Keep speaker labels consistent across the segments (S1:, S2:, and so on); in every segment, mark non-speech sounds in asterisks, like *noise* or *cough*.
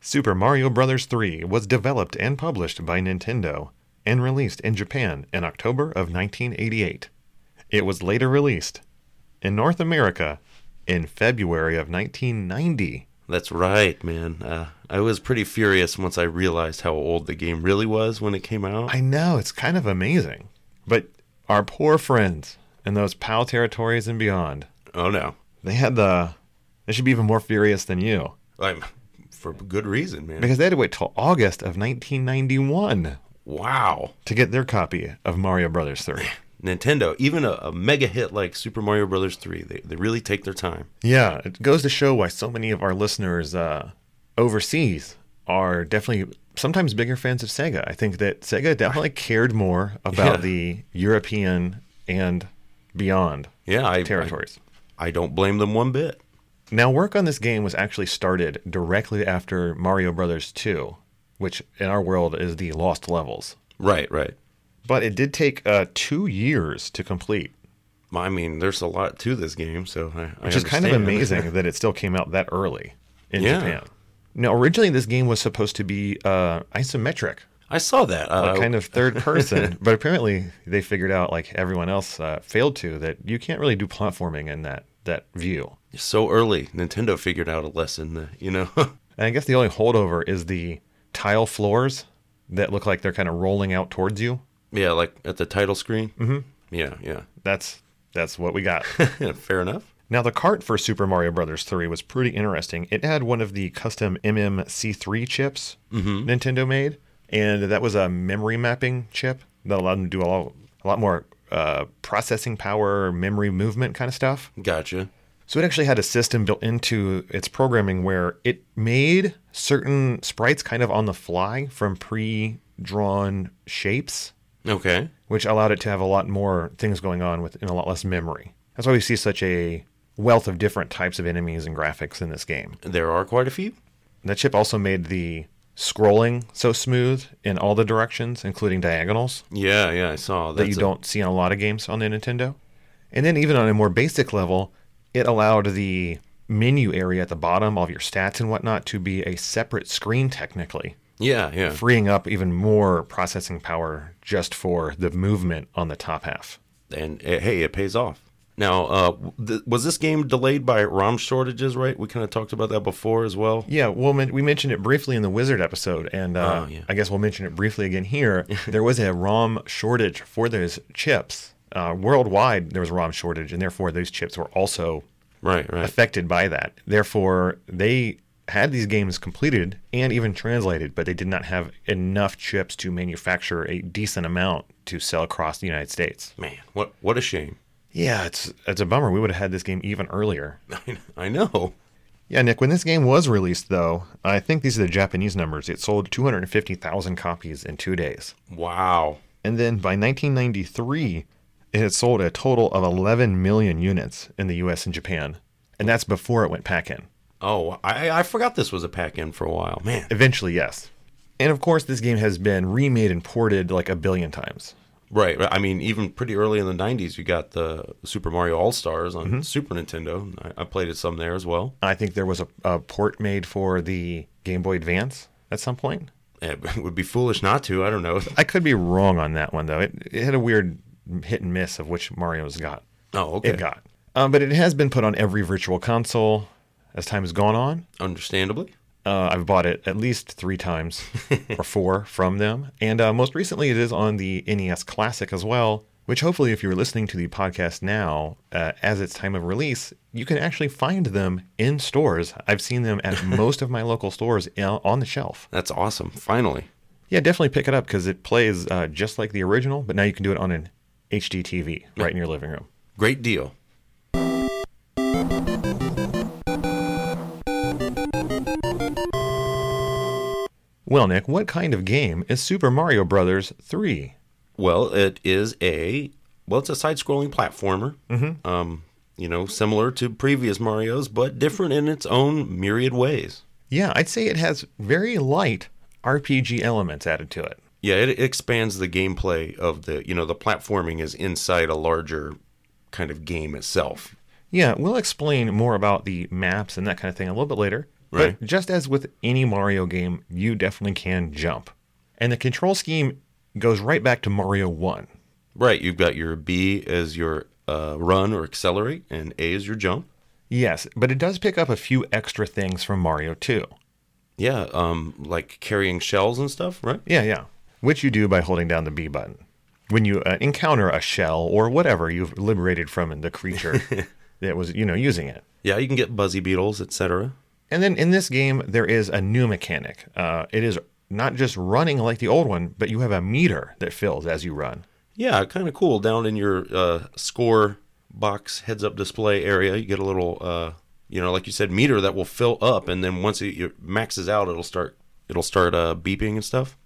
S1: Super Mario Bros. 3 was developed and published by Nintendo and released in Japan in October of 1988. It was later released in North America in February of 1990.
S2: That's right, man. Uh, I was pretty furious once I realized how old the game really was when it came out.
S1: I know, it's kind of amazing. But our poor friends in those PAL territories and beyond,
S2: Oh no.
S1: they had the. They should be even more furious than you
S2: I'm for good reason, man.
S1: because they had to wait till August of 1991
S2: Wow.
S1: to get their copy of Mario Brothers 3.
S2: Nintendo, even a, a mega hit like Super Mario Brothers 3, they, they really take their time.
S1: Yeah, it goes to show why so many of our listeners uh, overseas are definitely sometimes bigger fans of Sega. I think that Sega definitely cared more about
S2: Yeah.
S1: the European and beyond
S2: Yeah, I,
S1: territories.
S2: I I don't blame them one bit.
S1: Now, work on this game was actually started directly after Mario Brothers 2, which in our world is the Lost Levels.
S2: Right, right.
S1: But it did take uh, two years to complete,
S2: I mean, there's a lot to this game, so I, I
S1: which is kind of
S2: understand. *laughs*
S1: amazing that it still came out that early in
S2: Yeah.
S1: Japan. Now, originally, this game was supposed to be uh, isometric,
S2: I saw that. Uh,
S1: like kind of third
S2: *laughs*
S1: person, but apparently they figured out, like everyone else uh, failed to, that you can't really do platforming in that, that view.
S2: so early, Nintendo figured out a lesson. uh, You know, *laughs*
S1: And I guess the only holdover is the tile floors that look like they're kind of rolling out towards you.
S2: yeah, like at the title screen. Mm-hmm. Yeah, yeah. *laughs*
S1: That's that's what we got.
S2: Fair enough.
S1: now the cart for Super Mario Brothers 3 was pretty interesting. It had one of the custom MMC3 chips Nintendo made, and that was a memory mapping chip that allowed them to do a lot, a lot more uh, processing power, memory movement kind of stuff.
S2: Gotcha.
S1: So it actually had a system built into its programming where it made certain sprites kind of on the fly from pre-drawn shapes,
S2: Okay.
S1: which allowed it to have a lot more things going on with and a lot less memory. That's why we see such a wealth of different types of enemies and graphics in this game.
S2: There are quite a few.
S1: That chip also made the scrolling so smooth in all the directions, including diagonals
S2: Yeah, yeah. I saw
S1: that you
S2: That's a-
S1: don't see on a lot of games on the Nintendo. And then even on a more basic level, it allowed the menu area at the bottom, all of your stats and whatnot, to be a separate screen technically,
S2: yeah, yeah.
S1: freeing up even more processing power just for the movement on the top half.
S2: And uh, hey, it pays off. Now, uh, th- was this game delayed by ROM shortages? Right, we kind of talked about that before as well.
S1: Yeah, well, men- we mentioned it briefly in the Wizard episode, and uh,
S2: Oh, yeah.
S1: I guess we'll mention it briefly again *laughs* here. there was a ROM shortage for those chips. Uh, worldwide, there was a ROM shortage, and therefore those chips were also
S2: Right, right.
S1: affected by that. Therefore, they had these games completed and even translated, but they did not have enough chips to manufacture a decent amount to sell across the United States.
S2: Man, what what a shame. *laughs*
S1: Yeah, it's it's a bummer. We would have had this game even earlier.
S2: I know.
S1: Yeah, Nick, when this game was released though, I think these are the Japanese numbers. It sold 250,000 copies in 2 days.
S2: Wow.
S1: And then by 1993, it had sold a total of 11 million units in the US and Japan. And that's before it went pack in.
S2: Oh, I I forgot this was a pack in for a while. Man.
S1: Eventually, yes. And of course, this game has been remade and ported like a billion times.
S2: Right. right. I mean, even pretty early in the '90s, you got the Super Mario All Stars on Super Nintendo. I, I played it some there as well.
S1: I think there was a, a port made for the Game Boy Advance at some point.
S2: *laughs* It would be foolish not to. I don't know. *laughs*
S1: I could be wrong on that one, though. It, it had a weird hit and miss of which Mario's got.
S2: Oh, okay.
S1: It got. Um, but it has been put on every virtual console as time has gone on.
S2: Understandably.
S1: Uh, I've bought it at least three times or four from them. And uh, most recently, it is on the NES Classic as well, which hopefully, if you're listening to the podcast now, uh, as its time of release, you can actually find them in stores. I've seen them at most of my local stores in- on the shelf.
S2: That's awesome. Finally.
S1: Yeah, definitely pick it up because it plays uh, just like the original, but now you can do it on an HD TV right in your living room.
S2: Great deal.
S1: Well, Nick, what kind of game is Super Mario Brothers 3?
S2: Well, it is a well, it's a side-scrolling platformer. Mm-hmm. Um, you know, similar to previous Mario's, but different in its own myriad ways.
S1: Yeah, I'd say it has very light RPG elements added to it.
S2: Yeah, it expands the gameplay of the you know the platforming is inside a larger kind of game itself.
S1: Yeah, we'll explain more about the maps and that kind of thing a little bit later.
S2: Right.
S1: But just as with any Mario game, you definitely can jump. And the control scheme goes right back to Mario 1.
S2: Right, you've got your B as your uh, run or accelerate, and A is your jump.
S1: Yes, but it does pick up a few extra things from Mario 2.
S2: Yeah, um, like carrying shells and stuff, right?
S1: Yeah, yeah. Which you do by holding down the B button. When you uh, encounter a shell or whatever you've liberated from the
S2: *laughs*
S1: creature that was, you know, using it.
S2: Yeah, you can get buzzy beetles, etc.
S1: And then in this game, there is a new mechanic. Uh, it is not just running like the old one, but you have a meter that fills as you run.
S2: Yeah, kind of cool. Down in your uh, score box heads-up display area, you get a little, uh, you know, like you said, meter that will fill up, and then once it, it maxes out, it'll start it'll start uh, beeping and stuff.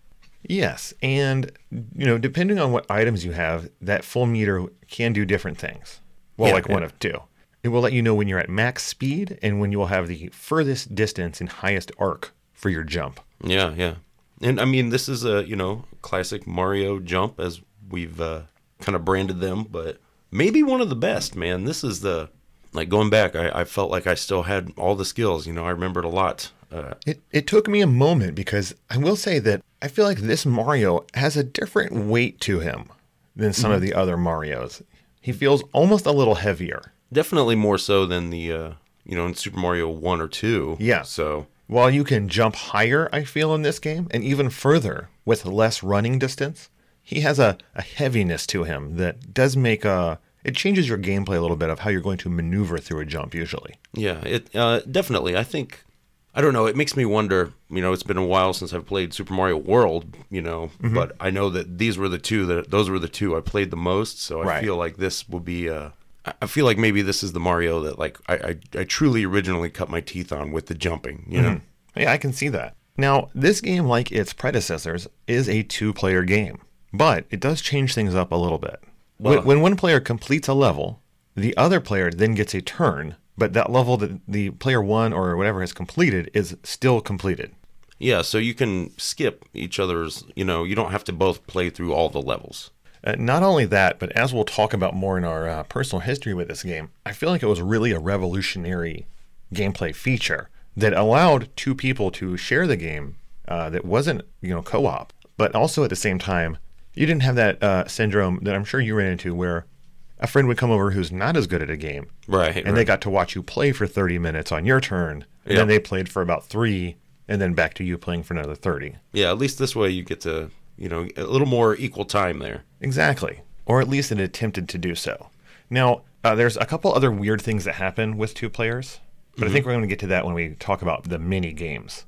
S1: Yes, and you know, depending on what items you have, that full meter can do different things. Well,
S2: Yeah,
S1: like one
S2: yeah.
S1: of two. It will let you know when you're at max speed and when you will have the furthest distance and highest arc for your jump.
S2: Yeah, yeah. And I mean, this is a, you know, classic Mario jump as we've uh, kind of branded them, but maybe one of the best, man. This is the, like going back, I, I felt like I still had all the skills. You know, I remembered a lot. Uh,
S1: It it took me a moment because I will say that I feel like this Mario has a different weight to him than some of the other Marios. He feels almost a little heavier.
S2: definitely more so than the, uh, you know, in Super Mario 1 or 2.
S1: Yeah.
S2: So,
S1: While you can jump higher, I feel, in this game, and even further with less running distance, he has a, a heaviness to him that does make a. It changes your gameplay a little bit of how you're going to maneuver through a jump usually.
S2: yeah, it uh, definitely, I think, I don't know, it makes me wonder, you know, it's been a while since I've played Super Mario World, you know, but I know that these were the two that, those were the two I played the most. So I
S1: Right.
S2: feel like this will be, uh, I- I feel like maybe this is the Mario that like I, I, I truly originally cut my teeth on with the jumping, you know?
S1: Yeah, I can see that. Now, this game, like its predecessors, is a two player game, but it does change things up a little bit. When,
S2: Well-
S1: when one player completes a level, the other player then gets a turn, but that level that the player one or whatever has completed is still completed.
S2: Yeah. So you can skip each other's, you know, you don't have to both play through all the levels.
S1: Uh, not only that, but as we'll talk about more in our uh, personal history with this game, I feel like it was really a revolutionary gameplay feature that allowed two people to share the game uh, that wasn't, you know, co-op, but also at the same time, you didn't have that uh, syndrome that I'm sure you ran into where a friend would come over who's not as good at a game,
S2: Right.
S1: and they got to watch you play for 30 minutes on your turn, and
S2: Yep.
S1: then they played for about three, and then back to you playing for another 30.
S2: yeah. At least this way you get to, you know, a little more equal time there.
S1: Exactly. Or at least it attempted to do so. Now, uh, there's a couple other weird things that happen with two players, but I think we're going to get to that when we talk about the mini games.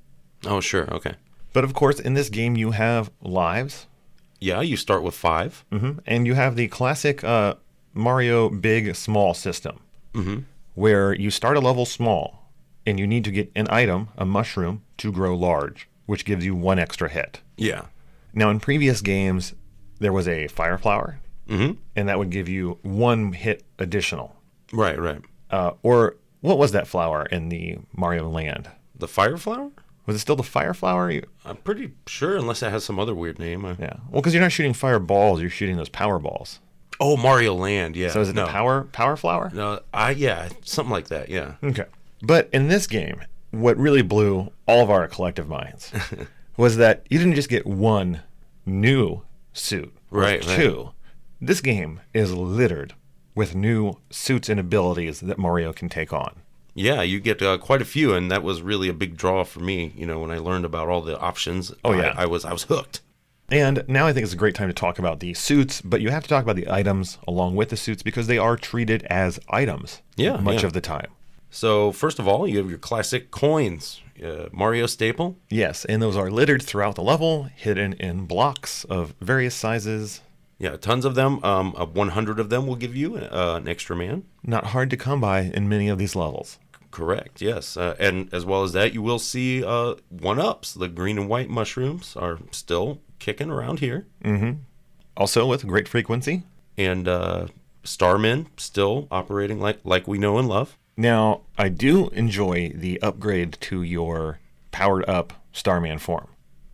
S2: Oh, sure. Okay.
S1: But of course, in this game, you have lives,
S2: Yeah. You start with five.
S1: mhm, and you have the classic uh, Mario big small system, where you start a level small and you need to get an item, a mushroom, to grow large, which gives you one extra hit.
S2: Yeah.
S1: Now, in previous games, there was a fire flower, and that would give you one hit additional.
S2: Right. Right.
S1: Uh, or what was that flower in the Mario Land?
S2: The fire flower?
S1: Was it still the fire flower? You-
S2: I'm pretty sure, unless it has some other weird name. I-
S1: Yeah. Well, because you're not shooting fireballs, you're shooting those power balls.
S2: Oh, Mario Land. Yeah.
S1: So is it
S2: no,
S1: the power power flower?
S2: No, I yeah, something like that. Yeah.
S1: Okay. But in this game, what really blew all of our collective
S2: *laughs*
S1: minds was that you didn't just get one new suit, or
S2: Right, right.
S1: Two. This game is littered with new suits and abilities that Mario can take on.
S2: Yeah, you get uh, quite a few, and that was really a big draw for me. You know, when I learned about all the options. Oh
S1: yeah.
S2: I, I was I was hooked.
S1: And now I think it's a great time to talk about the suits, but you have to talk about the items along with the suits because they are treated as items
S2: Yeah,
S1: much
S2: yeah.
S1: of the time.
S2: So first of all, you have your classic coins, uh, Mario staple.
S1: Yes, and those are littered throughout the level, hidden in blocks of various sizes.
S2: Yeah, tons of them. Um, uh, 100 of them will give you uh, an extra man.
S1: Not hard to come by in many of these levels.
S2: Correct. Yes, uh, and as well as that, you will see uh, one ups. The green and white mushrooms are still kicking around here,
S1: Also with great frequency.
S2: and uh, Starmen still operating like like we know and love.
S1: Now, I do enjoy the upgrade to your powered up Starman form.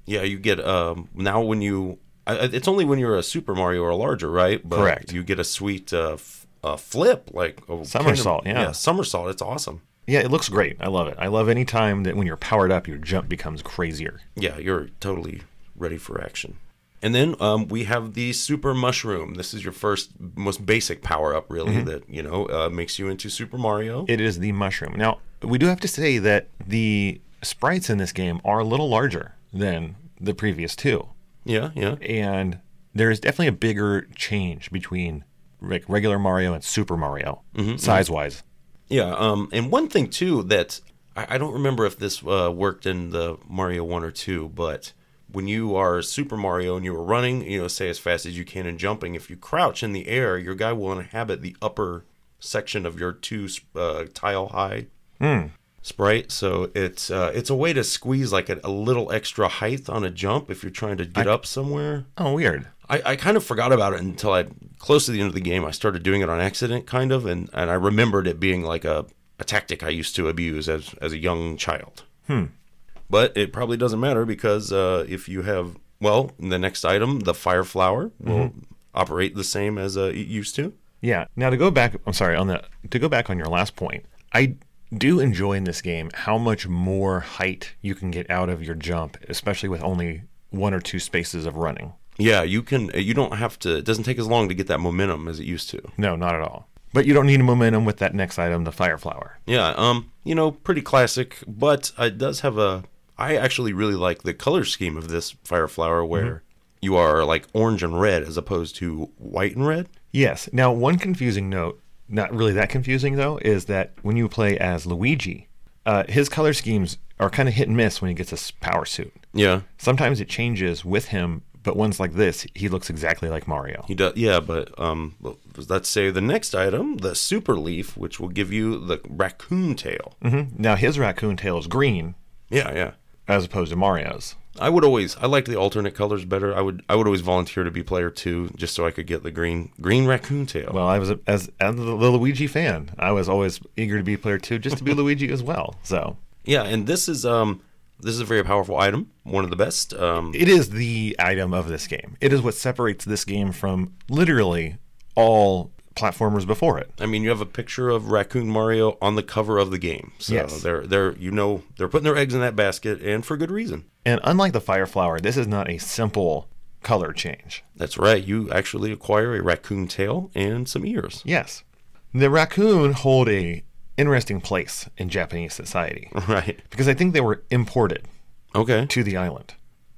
S2: Yeah, you get um, now when you. I, I- it's only when you're a Super Mario or larger, right? But
S1: Correct.
S2: You get a sweet uh, f- uh, flip, like a kind of-
S1: Somersault, yeah.
S2: yeah, somersault. It's awesome.
S1: Yeah, it looks great. I love it. I love any time that when you're powered up, your jump becomes crazier.
S2: yeah, you're totally ready for action. And then um, we have the super mushroom. This is your first, most basic power up, really, that you know uh, makes you into Super Mario.
S1: It is the mushroom. Now, we do have to say that the sprites in this game are a little larger than the previous two.
S2: yeah, yeah,
S1: and there is definitely a bigger change between like regular Mario and Super Mario size wise.
S2: yeah. Um, and one thing too that I, I don't remember if this uh, worked in the Mario one or two, but when you are Super Mario and you are running, you know, say as fast as you can and jumping, if you crouch in the air, your guy will inhabit the upper section of your two uh, tile high sprite so it's uh it's a way to squeeze like a, a little extra height on a jump if you're trying to get up somewhere
S1: Oh, weird.
S2: I, I kind of forgot about it until i close to the end of the game i started doing it on accident kind of and and i remembered it being like a, a tactic i used to abuse as as a young child hmm but it probably doesn't matter because uh if you have well the next item the fire flower will operate the same as uh, it used to
S1: Yeah. Now to go back, I'm sorry on the to go back on your last point. I do enjoy in this game how much more height you can get out of your jump, especially with only one or two spaces of running.
S2: yeah you can you don't have to it doesn't take as long to get that momentum as it used to
S1: No, not at all. But you don't need momentum with that next item, the fire flower.
S2: Yeah, um, you know, pretty classic, but it does have a. I actually really like the color scheme of this fire flower, where you are like orange and red as opposed to white and red.
S1: Yes. Now, one confusing note, not really that confusing though, is that when you play as Luigi, uh, his color schemes are kind of hit and miss when he gets his power suit.
S2: Yeah,
S1: Sometimes it changes with him, but ones like this, he looks exactly like Mario.
S2: he does. Yeah, but um, let's say the next item, the super leaf, which will give you the raccoon tail.
S1: Mhm. Now, his raccoon tail is green
S2: Yeah, yeah.
S1: as opposed to Mario's.
S2: I would always. I liked the alternate colors better. I would. I would always volunteer to be player two, just so I could get the green green raccoon tail.
S1: Well, I was a, as as the Luigi fan, I was always eager to be player two, just to be Luigi as well. So
S2: yeah, and this is um, this is a very powerful item, one of the best. Um,
S1: it is the item of this game. It is what separates this game from literally all platformers before it.
S2: I mean, you have a picture of Raccoon Mario on the cover of the game, so
S1: Yes.
S2: they're they're you know they're putting their eggs in that basket, and for good reason.
S1: And unlike the Fire Flower, this is not a simple color change.
S2: That's right. You actually acquire a raccoon tail and some ears. *laughs*
S1: Yes. The raccoon hold a interesting place in Japanese society
S2: Right.
S1: because I think they were imported
S2: Okay.
S1: to the island.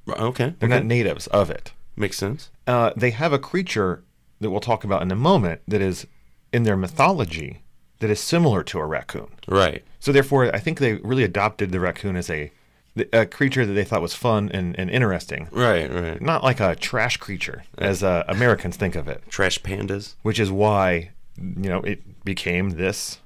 S2: Okay.
S1: They're not natives of it.
S2: Makes sense.
S1: Uh, they have a creature that we'll talk about in a moment that is in their mythology that is similar to a raccoon.
S2: Right.
S1: So therefore, I think they really adopted the raccoon as a a creature that they thought was fun and, and interesting,
S2: Right. Right.
S1: not like a trash creature as uh, Americans think of it.
S2: Trash pandas.
S1: which is why you know it became this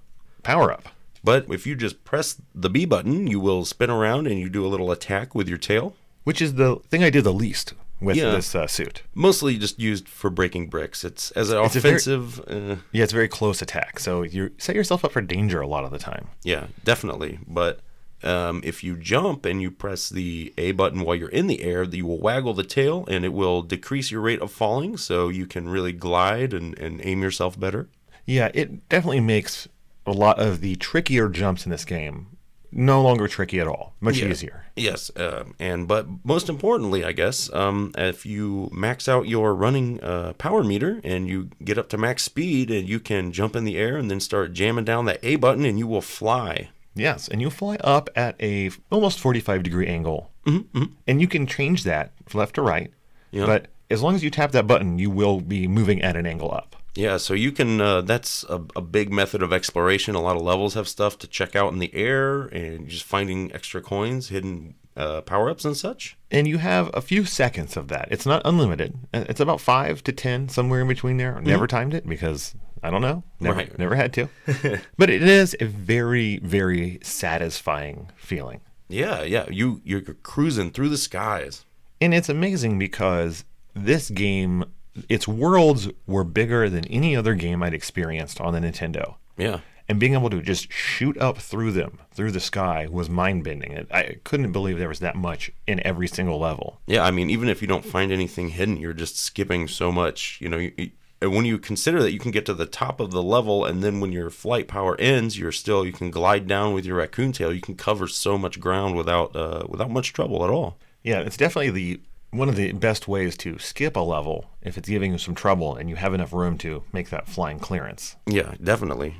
S1: power up.
S2: But if you just press the B button, you will spin around and you do a little attack with your tail.
S1: Which is the thing I did the least with
S2: Yeah.
S1: this uh, suit.
S2: Mostly just used for breaking bricks. It's as an
S1: a very-
S2: offensive. uh,
S1: Yeah, it's a very close attack, so you set yourself up for danger a lot of the time.
S2: Yeah, definitely. But um, if you jump and you press the A button while you're in the air, you will waggle the tail and it will decrease your rate of falling so you can really glide and, and aim yourself better.
S1: Yeah, it definitely makes a lot of the trickier jumps in this game no longer tricky at all. Much easier.
S2: Yes, um, and but most importantly, I guess, um, if you max out your running uh, power meter and you get up to max speed, and you can jump in the air and then start jamming down that A button, and you will fly.
S1: Yes, and you fly up at a f- almost 45 degree angle. Mm-hmm. And you can change that left to right.
S2: Yeah.
S1: But as long as you tap that button, you will be moving at an angle up.
S2: Yeah, so you can. Uh, that's a, a big method of exploration. A lot of levels have stuff to check out in the air, and just finding extra coins, hidden uh, power ups, and such.
S1: and you have a few seconds of that. It's not unlimited. Uh, It's about five to ten, somewhere in between there. I Never timed it because I don't know. Mm-hmm. Never,
S2: Right.
S1: never had to. *laughs* but it is a very, very satisfying feeling.
S2: Yeah, yeah. You you're cruising through the skies.
S1: And it's amazing because this game, its worlds were bigger than any other game I'd experienced on the Nintendo.
S2: Yeah.
S1: And being able to just shoot up through them, through the sky, was mind bending. It I couldn't believe there was that much in every single level.
S2: Yeah, I mean, even if you don't find anything hidden, you're just skipping so much. You know, you, you- and when you consider that you can get to the top of the level, and then when your flight power ends, you're still you can glide down with your raccoon tail. You can cover so much ground without uh, without much trouble at all.
S1: Yeah, it's definitely the one of the best ways to skip a level if it's giving you some trouble and you have enough room to make that flying clearance.
S2: Yeah, definitely.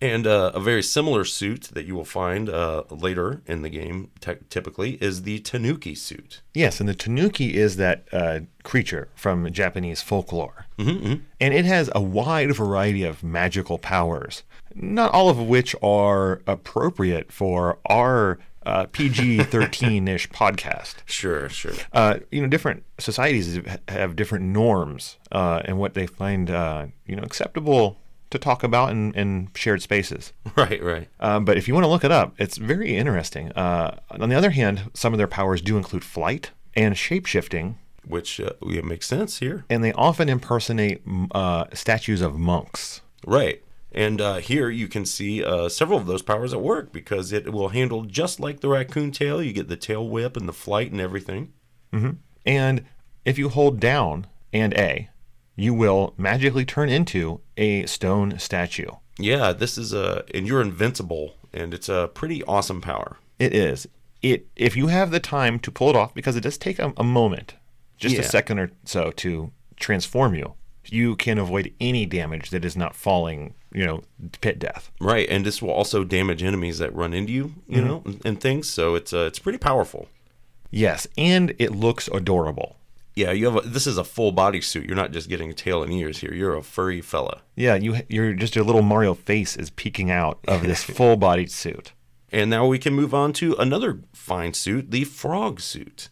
S2: And uh, a very similar suit that you will find uh, later in the game, te- typically, is the Tanuki suit.
S1: Yes, and the tanuki is that uh, creature from Japanese folklore. Mm-hmm. And it has a wide variety of magical powers, not all of which are appropriate for our uh, PG 13 *laughs* ish podcast.
S2: Sure, sure.
S1: uh, you know, different societies have- have different norms uh, and what they find, uh, you know, acceptable to talk about in, in shared spaces.
S2: *laughs* Right, right.
S1: Um, but if you want to look it up, it's very interesting. Uh, on the other hand, some of their powers do include flight and shape shifting,
S2: Which uh, yeah, makes sense here.
S1: and they often impersonate m- uh, statues of monks.
S2: Right. And uh, here you can see uh, several of those powers at work because it will handle just like the raccoon tail. You get the tail whip and the flight and everything.
S1: And if you hold down and A, you will magically turn into a stone statue.
S2: Yeah, this is a and you're invincible, and it's a pretty awesome power.
S1: It is. It if you have the time to pull it off because it does take a, a moment, just a
S2: Yeah.
S1: second or so to transform you. You can avoid any damage that is not falling, you know, pit death.
S2: Right, and this will also damage enemies that run into you, you know, and, and things. So it's uh, it's pretty powerful.
S1: Yes, and it looks adorable.
S2: Yeah, you have a, this is a full body suit. You're not just getting tail and ears here. You're a furry fella.
S1: Yeah, you you're just your little Mario face is peeking out of this full bodied suit.
S2: And now we can move on to another fine suit, the frog suit.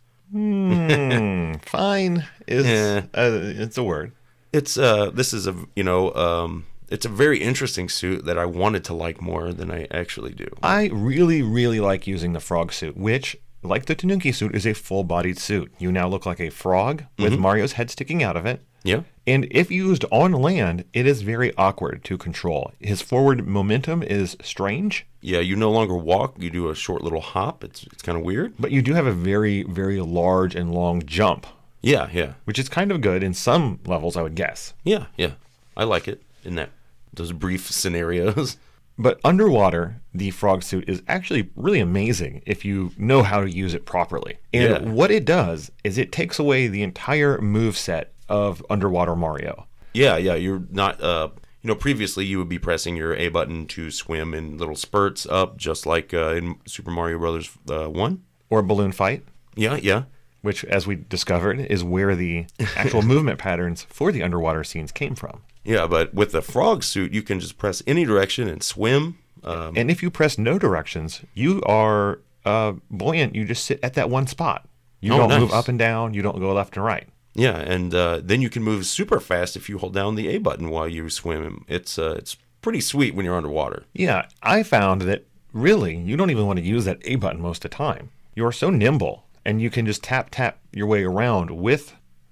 S1: Fine is
S2: Yeah.
S1: uh, it's a word.
S2: it's uh this is a you know um it's a very interesting suit that I wanted to like more than I actually do.
S1: I really really like using the frog suit, which like the Tanuki suit is a full bodied suit. You now look like a frog with Mario's head sticking out of it.
S2: Yeah.
S1: And if used on land, it is very awkward to control. His forward momentum is strange,
S2: Yeah, you no longer walk, you do a short little hop. It's it's kind of weird.
S1: but you do have a very, very large and long jump,
S2: Yeah, yeah.
S1: which is kind of good in some levels, I would guess.
S2: Yeah, yeah. I like it in that those brief scenarios. *laughs*
S1: But underwater, the frog suit is actually really amazing if you know how to use it properly. And
S2: Yeah.
S1: what it does is it takes away the entire move set of underwater Mario.
S2: yeah, yeah, you're not uh you know previously you would be pressing your A button to swim in little spurts up just like uh, in Super Mario Brothers uh, 1.
S1: Or balloon fight,
S2: Yeah, yeah.
S1: which, as we discovered, is where
S2: *laughs*
S1: the actual movement patterns for the underwater scenes came from.
S2: Yeah, but with the frog suit you can just press any direction and swim. Um,
S1: And if you press no directions, you are uh, buoyant. You just sit at that one spot. You
S2: Oh,
S1: don't move
S2: nice.
S1: up and down. You don't go left and right.
S2: Yeah, and uh, then you can move super fast if you hold down the A button while you swim. It's uh, it's pretty sweet when you're underwater.
S1: Yeah, I found that really you don't even want to use that A button most of the time. You are so nimble and you can just tap, tap your way around with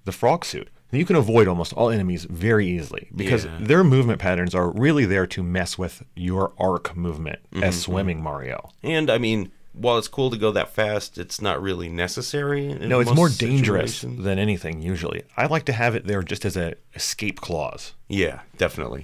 S1: the frog suit. And you can avoid almost all enemies very easily because
S2: Yeah.
S1: their movement patterns are really there to mess with your arc movement as
S2: Mm-hmm.
S1: swimming Mario.
S2: And I mean, while it's cool to go that fast, it's not really necessary. in
S1: No, it's
S2: most
S1: more dangerous
S2: situations.
S1: than anything usually. I like to have it there just as a escape clause.
S2: Yeah, definitely.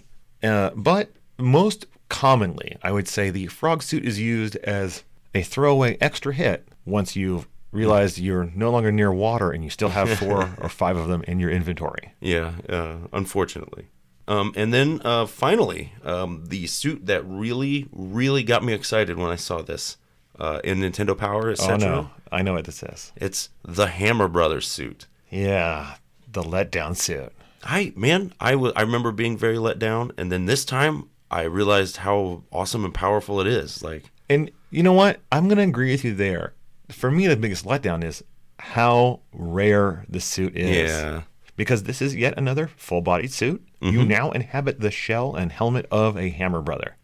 S1: Uh, but most commonly, I would say the frog suit is used as a throwaway extra hit once you've realized you're no longer near water and you still have four or five of them in your inventory.
S2: Yeah, uh, unfortunately. Um, and then uh, finally, um, the suit that really, really got me excited when I saw this uh, in Nintendo Power,
S1: Oh
S2: etc.
S1: no, I know what this is.
S2: It's the Hammer Brothers suit.
S1: Yeah, the letdown suit.
S2: I man, I wa- I remember being very let down, and then this time I realized how awesome and powerful it is. Like,
S1: And you know what? I'm going to agree with you there. For me, the biggest letdown is how rare the suit is.
S2: Yeah.
S1: because this is yet another full bodied suit. You now inhabit the shell and helmet of a Hammer Brother.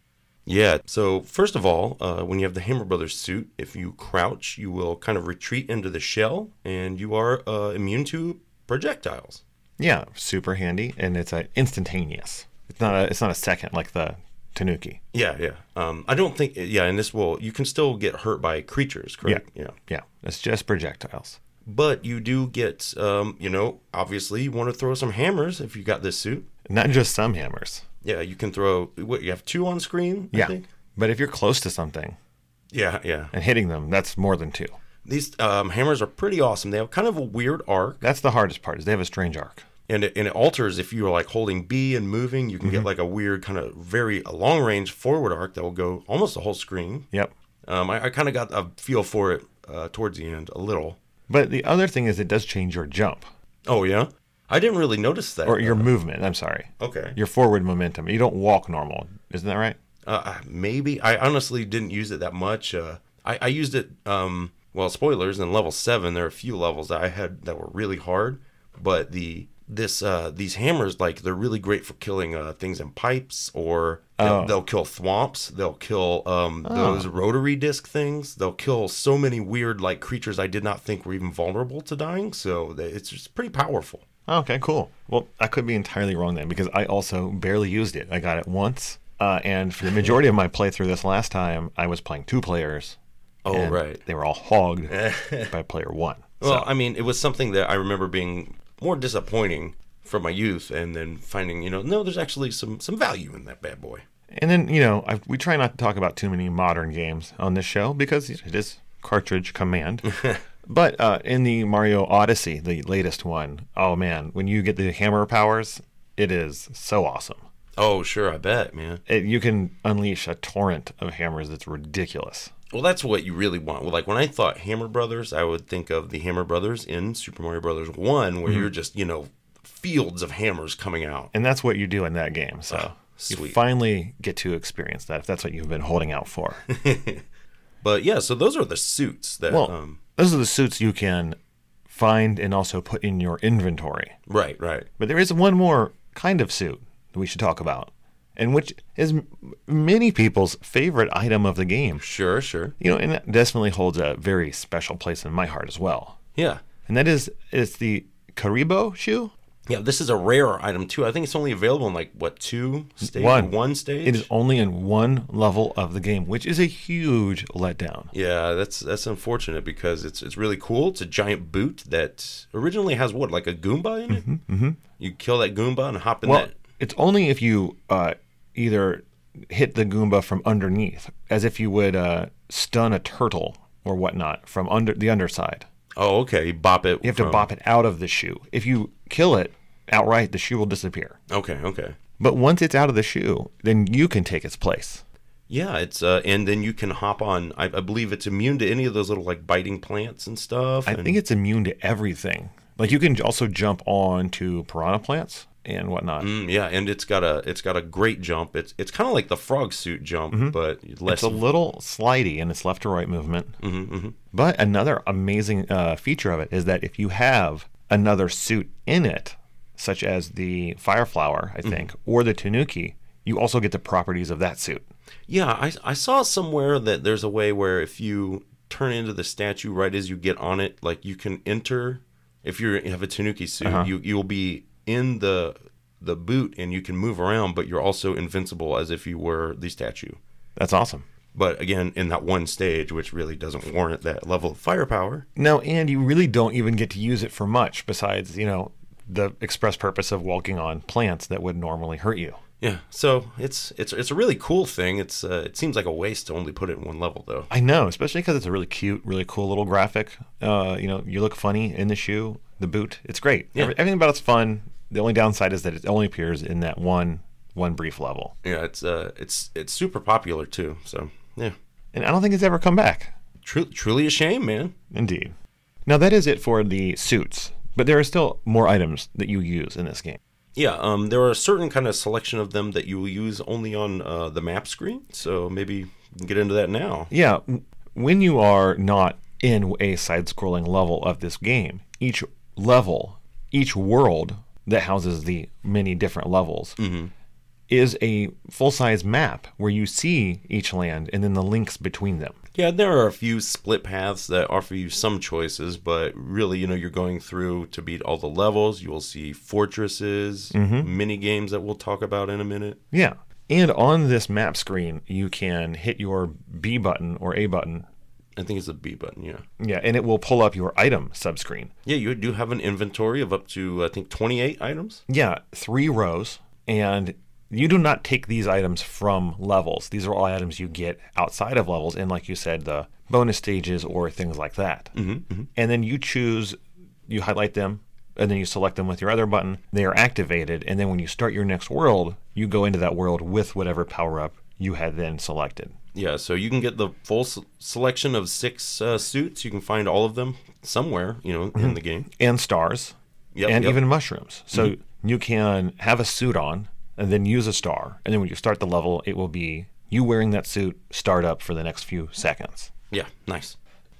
S2: Yeah. So first of all, uh, when you have the Hammer Brothers suit, if you crouch, you will kind of retreat into the shell, and you are uh, immune to projectiles.
S1: Yeah, super handy, and it's uh, instantaneous. It's not a it's not a second like the Tanuki.
S2: Yeah, yeah. Um, I don't think. Yeah, and this will. You can still get hurt by creatures, correct? Yeah.
S1: Yeah, it's just projectiles.
S2: But you do get. Um, you know, obviously, you want to throw some hammers if you got this suit.
S1: Not just some hammers.
S2: Yeah, you can throw. What you have two on screen? I
S1: Yeah,
S2: think?
S1: but if you're close to something
S2: Yeah, yeah.
S1: and hitting them, that's more than two.
S2: These um, hammers are pretty awesome. They have kind of a weird arc.
S1: That's the hardest part. Is they have a strange arc.
S2: and it, and it alters if you are like holding B and moving. You can
S1: Mm-hmm.
S2: get like a weird kind of very long range forward arc that will go almost the whole screen.
S1: Yep.
S2: Um, I, I kind of got a feel for it uh, towards the end a little.
S1: But the other thing is, it does change your jump
S2: Oh yeah, I didn't really notice that.
S1: or your movement. I'm sorry,
S2: okay,
S1: your forward momentum. You don't walk normal, isn't that right?
S2: uh, maybe I honestly didn't use it that much. Uh, I, I used it. Um, well, spoilers in level seven. There are a few levels that I had that were really hard, but the this uh, these hammers like they're really great for killing uh, things in pipes or they'll, they'll kill thwomps. They'll kill um, those rotary disc things. They'll kill so many weird like creatures I did not think were even vulnerable to dying. So they, it's just pretty powerful.
S1: Okay, cool. Well, I could be entirely wrong then because I also barely used it. I got it once, uh, and for the majority of my playthrough this last time, I was playing two players.
S2: Oh,
S1: and
S2: right.
S1: They were all
S2: *laughs*
S1: hogged by player one.
S2: Well, I mean, it was something that I remember being more disappointing from my youth, and then finding, you know, no, there's actually some some value in that bad boy.
S1: And then, you know, I, we try not to talk about too many modern games on this show because it is cartridge
S2: *laughs*
S1: command. but uh, in the Mario Odyssey, the latest one, oh man, when you get the hammer powers, it is so awesome.
S2: Oh, sure, I bet, man.
S1: It, you can unleash a torrent of hammers that's ridiculous.
S2: Well, that's what you really want. Well, like when I thought Hammer Brothers, I would think of the Hammer Brothers in Super Mario Brothers One, where you're just, you know, fields of hammers coming out.
S1: And that's what you do in that game. So you
S2: Ah, sweet.
S1: finally get to experience that if that's what you've been holding out
S2: *laughs*
S1: for.
S2: But yeah, so those are the suits that.
S1: Well,
S2: um,
S1: those are the suits you can find and also put in your inventory.
S2: right, right.
S1: But there is one more kind of suit that we should talk about, and which is m- many people's favorite item of the game.
S2: Sure, sure.
S1: You know, and that definitely holds a very special place in my heart as well.
S2: Yeah.
S1: And that is it's the Karibo shoe.
S2: Yeah, this is a rare item too. I think it's only available in like what two stage?
S1: One.
S2: one stage.
S1: It is only in one level of the game, which is a huge letdown.
S2: Yeah, that's that's unfortunate because it's it's really cool. It's a giant boot that originally has what like a Goomba in it. Mm-hmm, You kill that Goomba and hop in
S1: Well,
S2: that.
S1: it's only if you uh, either hit the Goomba from underneath, as if you would uh, stun a turtle or whatnot from under the underside.
S2: Oh, okay. You bop it.
S1: You have to bop it out of the shoe. If you kill it outright, the shoe will disappear.
S2: Okay, okay.
S1: But once it's out of the shoe, then you can take its place.
S2: Yeah, it's uh, and then you can hop on. I, I believe it's immune to any of those little like biting plants and stuff.
S1: I
S2: and-
S1: think it's immune to everything. Like you can also jump on to piranha plants and whatnot.
S2: Mm, yeah, and it's got a it's got a great jump. It's it's kind of like the frog suit jump, but less.
S1: Mm-hmm. It's a little slidey in its left to right movement. But another amazing uh, feature of it is that if you have another suit in it, such as the Fireflower, I think, or the Tanuki, you also get the properties of that suit.
S2: Yeah, I, I saw somewhere that there's a way where if you turn into the statue right as you get on it, like you can enter. If you have a Tanuki suit, you you will be in the the boot and you can move around, but you're also invincible as if you were the statue.
S1: That's awesome.
S2: But again, in that one stage, which really doesn't warrant that level of firepower.
S1: No, and you really don't even get to use it for much besides, you know, the express purpose of walking on plants that would normally hurt you.
S2: Yeah, so it's it's it's a really cool thing. It's uh, it seems like a waste to only put it in one level though.
S1: I know, especially because it's a really cute, really cool little graphic. Uh, you know, you look funny in the shoe, the boot. It's great. Every- everything about it's fun. The only downside is that it only appears in that one one brief level.
S2: Yeah, it's uh it's it's super popular too. So yeah,
S1: And I don't think it's ever come back.
S2: Tru- truly a shame, man.
S1: Indeed. Now that is it for the suits, but there are still more items that you use in this game.
S2: Yeah, um, there are a certain kind of selection of them that you will use only on uh, the map screen. So maybe we can get into that now.
S1: Yeah, w- when you are not in a side scrolling level of this game, each level, each world that houses the many different levels is a full size map where you see each land and then the links between them.
S2: Yeah, there are a few split paths that offer you some choices, but really, you know, you're going through to beat all the levels. You will see fortresses, mini games that we'll talk about in a minute.
S1: Yeah. And on this map screen, you can hit your B button or A button.
S2: I think it's a B button, yeah.
S1: Yeah, and it will pull up your item subscreen.
S2: Yeah, you do have an inventory of up to, I think, 28 items.
S1: Yeah, three rows. And you do not take these items from levels. These are all items you get outside of levels, and like you said, the bonus stages or things like that. Mm-hmm, And then you choose, you highlight them, and then you select them with your other button. They are activated, and then when you start your next world, you go into that world with whatever power up you had then selected.
S2: Yeah, so you can get the full s selection of six uh, suits. You can find all of them somewhere, you know, in the game.
S1: and stars
S2: Yep,
S1: and
S2: yep. Mm-hmm.
S1: even mushrooms. So you can have a suit on and then use a star. And then when you start the level, it will be you wearing that suit, start up for the next few seconds.
S2: Yeah, nice.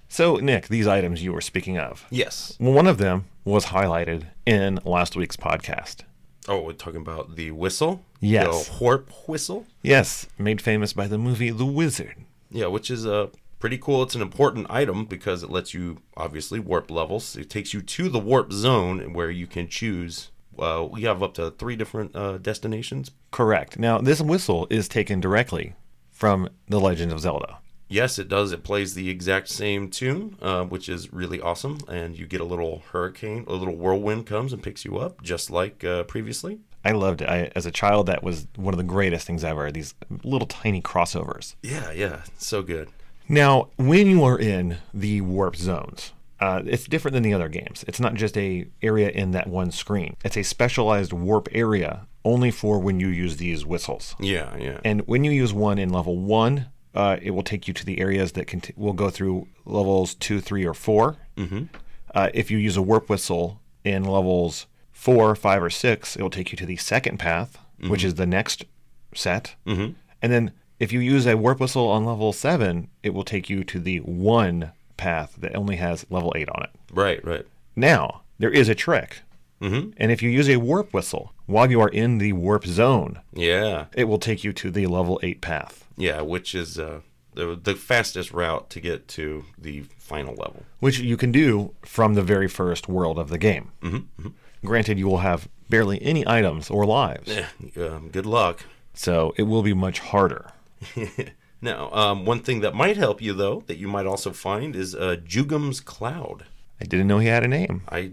S1: So, Nick, these items you were speaking of,
S2: Yes.
S1: one of them was highlighted in last week's podcast.
S2: Oh, we're talking about the whistle.
S1: Yes.
S2: The warp whistle.
S1: Yes, made famous by the movie The Wizard.
S2: Yeah, which is uh, pretty cool. It's an important item because it lets you obviously warp levels. It takes you to the warp zone where you can choose. Uh, we have up to three different uh, destinations.
S1: Correct. Now, this whistle is taken directly from The Legend of Zelda.
S2: Yes, it does. It plays the exact same tune, uh, which is really awesome. And you get a little hurricane, a little whirlwind comes and picks you up, just like uh, previously.
S1: I loved it. I, as a child, that was one of the greatest things ever. These little tiny crossovers.
S2: Yeah, yeah, so good.
S1: Now, when you are in the warp zones, uh, it's different than the other games. It's not just a area in that one screen. It's a specialized warp area only for when you use these whistles.
S2: Yeah, yeah.
S1: And when you use one in level one, uh, it will take you to the areas that cont- will go through levels two, three, or 4 Mm-hmm. Uh, if you use a warp whistle in levels four, five, or six, it will take you to the second path, which is the next set. Mm-hmm. And then if you use a warp whistle on level seven, it will take you to the one path that only has level eight on it.
S2: right, right.
S1: Now, there is a trick. Mm-hmm. And if you use a warp whistle while you are in the warp zone,
S2: Yeah,
S1: it will take you to the level 8 path,
S2: yeah, which is uh, the, the fastest route to get to the final level.
S1: which you can do from the very first world of the game. Granted, you will have barely any items or lives,
S2: Yeah, um, good luck.
S1: so it will be much harder.
S2: Now, um, one thing that might help you, though, that you might also find is uh, Jugum's Cloud.
S1: I didn't know he had a name.
S2: I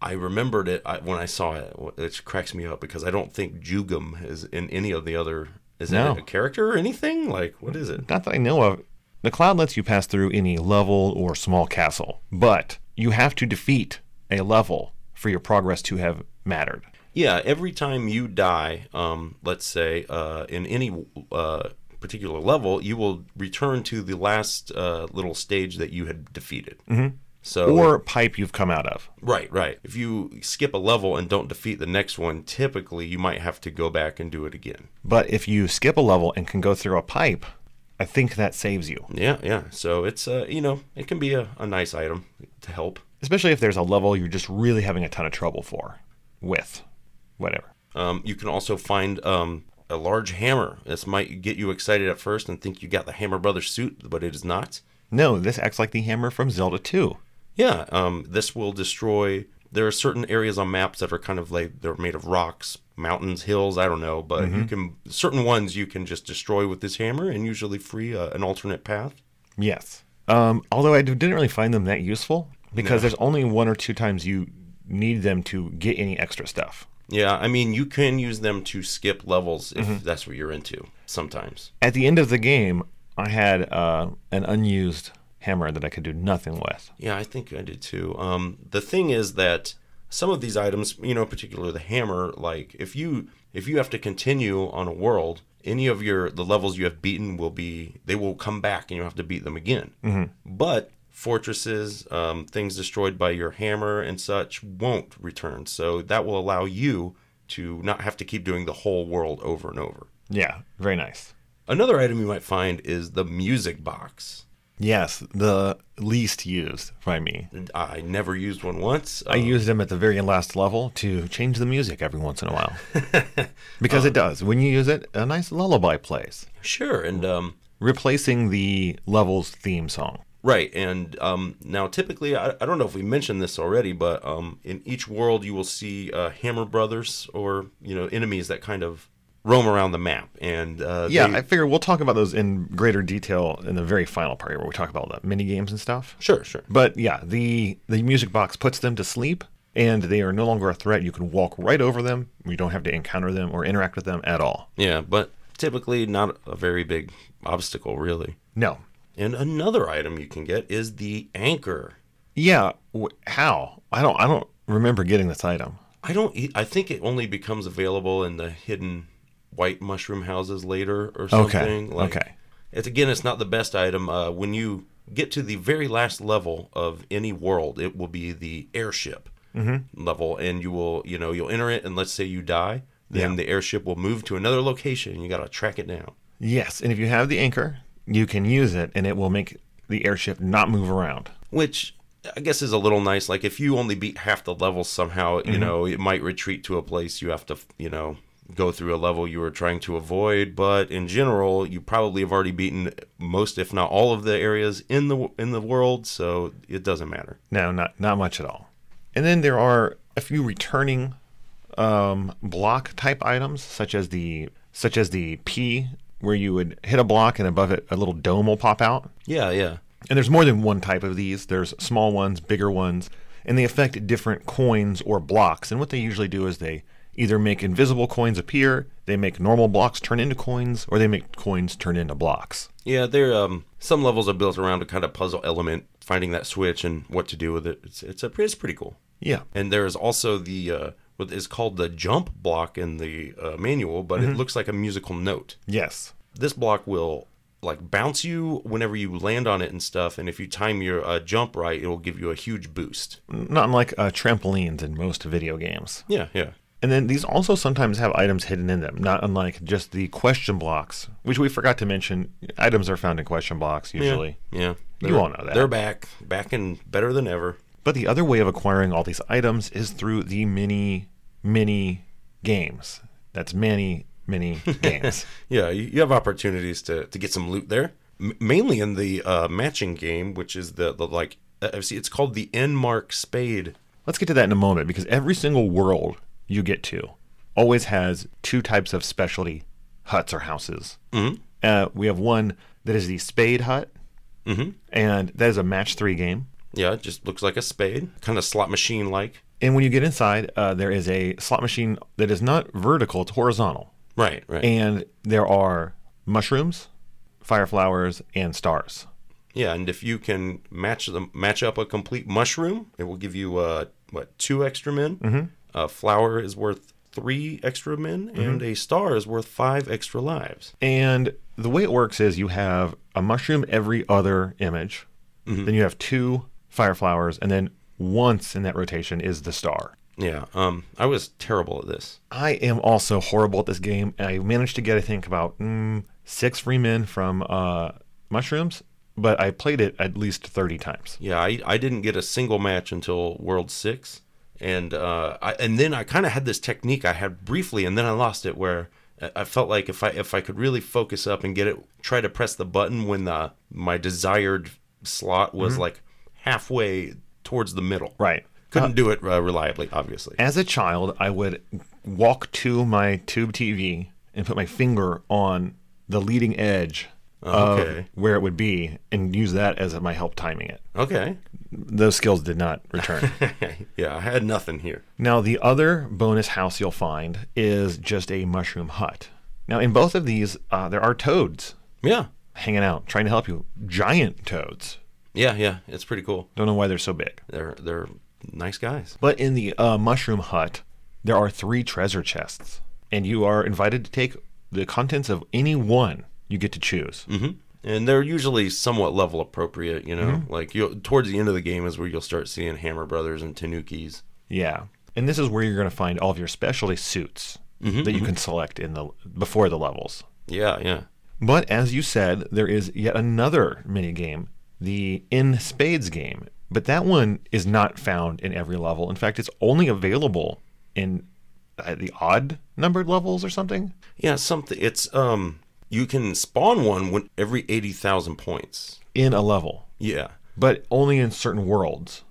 S2: I remembered it I, when I saw it, which cracks me up because I don't think Jugum is in any of the other. Is
S1: No.
S2: that a character or anything? Like, what is it?
S1: Not that I know of. The cloud lets you pass through any level or small castle, but you have to defeat a level for your progress to have mattered.
S2: Yeah, every time you die, um, let's say uh, in any uh, particular level, you will return to the last uh, little stage that you had defeated. Mm-hmm. So
S1: Or pipe you've come out of.
S2: Right, right. If you skip a level and don't defeat the next one, typically you might have to go back and do it again.
S1: But if you skip a level and can go through a pipe, I think that saves you.
S2: Yeah, yeah. So it's uh, you know, it can be a, a nice item to help.
S1: especially if there's a level you're just really having a ton of trouble for with whatever
S2: Um, you can also find um, a large hammer. This might get you excited at first and think you got the Hammer Brother suit, but it is not.
S1: no this acts like the hammer from zelda 2
S2: Yeah, um, this will destroy. There are certain areas on maps that are kind of like they're made of rocks, mountains, hills. I don't know, but you can certain ones you can just destroy with this hammer and usually free uh, an alternate path.
S1: yes um, although i d- didn't really find them that useful because there's only one or two times you need them to get any extra stuff
S2: Yeah, I mean, you can use them to skip levels if that's what you're into sometimes.
S1: at the end of the game i had uh, an unused hammer that i could do nothing with
S2: Yeah, I think I did too. Um, the thing is that some of these items, you know, in particular the hammer, like if you if you have to continue on a world, any of your the levels you have beaten will be they will come back and you have to beat them again. But fortresses, um, things destroyed by your hammer and such won't return. So that will allow you to not have to keep doing the whole world over and over.
S1: yeah very nice
S2: Another item you might find is the music box.
S1: Yes, the least used by me.
S2: I never used one once. Um,
S1: I used them at the very last level to change the music every once in a while. because it does. When you use it, a nice lullaby plays,
S2: sure, and um,
S1: replacing the level's theme song.
S2: Right, and um, now typically, I, I don't know if we mentioned this already, but um, in each world you will see uh, Hammer Brothers or you know enemies that kind of roam around the map, and uh,
S1: Yeah,
S2: they-
S1: I figure we'll talk about those in greater detail in the very final part here where we talk about the mini games and stuff.
S2: sure, sure,
S1: But yeah, the the music box puts them to sleep and they are no longer a threat. You can walk right over them. You don't have to encounter them or interact with them at all.
S2: yeah, but typically not a very big obstacle really.
S1: No.
S2: And another item you can get is the anchor.
S1: Yeah, wh- how? I don't I don't remember getting this item.
S2: I don't. e- I think it only becomes available in the hidden white mushroom houses later or something.
S1: okay.
S2: It's again. It's not the best item. Uh, when you get to the very last level of any world, it will be the airship level, and you will. You know, you'll enter it, and let's say you die, then the airship will move to another location, and you got to track it down.
S1: Yes, and if you have the anchor, you can use it and it will make the airship not move around.
S2: which I guess is a little nice. Like if you only beat half the level somehow, you know, it might retreat to a place you have to, you know, go through a level you were trying to avoid. But in general, you probably have already beaten most, if not all, of the areas in the in the world, so it doesn't matter.
S1: No, not not much at all. And then there are a few returning um, block type items, such as the such as the P, where you would hit a block and above it a little dome will pop out.
S2: Yeah, yeah,
S1: And there's more than one type of these. There's small ones, bigger ones, and they affect different coins or blocks. And what they usually do is they either make invisible coins appear, they make normal blocks turn into coins, or they make coins turn into blocks.
S2: yeah. There, um, some levels are built around a kind of puzzle element, finding that switch and what to do with it. It's it's a it's pretty cool.
S1: Yeah.
S2: And there is also the uh, what is called the jump block in the uh, manual, but
S1: Mm-hmm.
S2: it looks like a musical note.
S1: Yes.
S2: This block will like bounce you whenever you land on it and stuff. And if you time your uh, jump right, it will give you a huge boost.
S1: Not unlike uh, trampolines in most video games.
S2: Yeah, yeah,
S1: And then these also sometimes have items hidden in them, not unlike just the question blocks, which we forgot to mention. Items are found in question blocks usually.
S2: yeah.
S1: You all know that.
S2: they're back, back and better than ever.
S1: But the other way of acquiring all these items is through the mini, mini games. That's many, *laughs* many games.
S2: Yeah, you, you have opportunities to, to get some loot there, M- mainly in the uh, matching game, which is the the like uh, see, it's called the Enmark Spade.
S1: Let's get to that in a moment because every single world you get to always has two types of specialty huts or houses. Mm-hmm. Uh, we have one that is the spade hut, mm-hmm. and that is a match three game.
S2: Yeah, it just looks like a spade, kind of slot machine like.
S1: And when you get inside, uh, there is a slot machine that is not vertical, it's horizontal.
S2: Right, right.
S1: And there are mushrooms, fire flowers, and stars.
S2: Yeah, and if you can match them, match up a complete mushroom, it will give you uh what two extra men. Mm-hmm. A flower is worth three extra men, and a star is worth five extra lives.
S1: And the way it works is you have a mushroom every other image, then you have two fire flowers, and then once in that rotation is the star.
S2: Yeah, um, I was terrible at this.
S1: I am also horrible at this game. I managed to get, I think, about mm, six free men from uh, mushrooms, but I played it at least 30 times.
S2: Yeah, I, I didn't get a single match until World Six, and uh, I and then I kind of had this technique I had briefly, and then I lost it where. I- I felt like if I if I could really focus up and get it, try to press the button when the my desired slot was like halfway towards the middle.
S1: Right.
S2: Couldn't do it uh, reliably, obviously.
S1: as a child, I would walk to my tube TV and put my finger on the leading edge of
S2: Okay.
S1: where it would be and use that as my help timing it.
S2: Okay. *laughs*
S1: Those skills did not return.
S2: yeah, I had nothing here.
S1: now, the other bonus house you'll find is just a mushroom hut. Now, in both of these, uh, there are toads
S2: Yeah.
S1: hanging out, trying to help you. Giant toads.
S2: Yeah, yeah. It's pretty cool.
S1: Don't know why they're so big.
S2: They're they're nice guys.
S1: But in the uh, mushroom hut, there are three treasure chests, and you are invited to take the contents of any one you get to choose.
S2: hmm And they're usually somewhat level appropriate, you know. Like you towards the end of the game is where you'll start seeing Hammer Brothers and Tanukis.
S1: Yeah, and this is where you're going to find all of your specialty suits that you can select in the before the levels.
S2: Yeah, yeah.
S1: But as you said, there is yet another mini game the In Spades game, but that one is not found in every level. In fact, it's only available in uh, the odd numbered levels or something.
S2: Yeah, something. It's um, you can spawn one when every eighty thousand points.
S1: in a level,
S2: Yeah,
S1: but only in certain worlds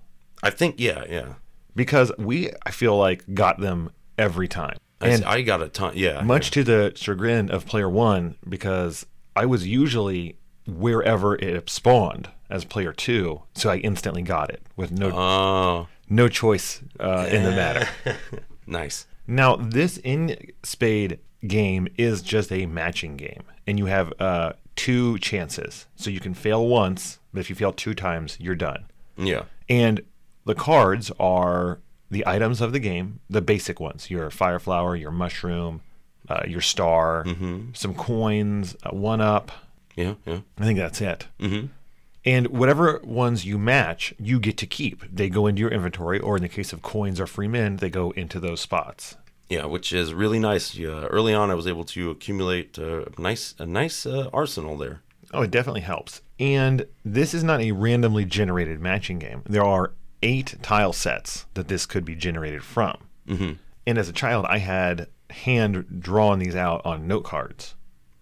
S2: I think. Yeah, yeah.
S1: because we, I feel like, got them every time.
S2: I,
S1: And
S2: I got a ton. Yeah,
S1: much to the chagrin of player one, because I was usually wherever it spawned as player two, so I instantly got it with no
S2: Oh,
S1: no choice uh, in the matter.
S2: nice.
S1: Now, this in spade game is just a matching game, and you have uh, two chances. So you can fail once, but if you fail two times, you're done.
S2: Yeah.
S1: And the cards are the items of the game, the basic ones your fire flower, your mushroom, uh, your star, some coins, uh, one up.
S2: Yeah, yeah.
S1: I think that's it. Mm-hmm. And whatever ones you match, you get to keep. They go into your inventory, or in the case of coins or free men, they go into those spots.
S2: Yeah, which is really nice. Yeah, early on, I was able to accumulate a nice, a nice uh, arsenal there.
S1: Oh, it definitely helps. And this is not a randomly generated matching game. There are eight tile sets that this could be generated from. Mm-hmm. And as a child, I had hand drawn these out on note cards.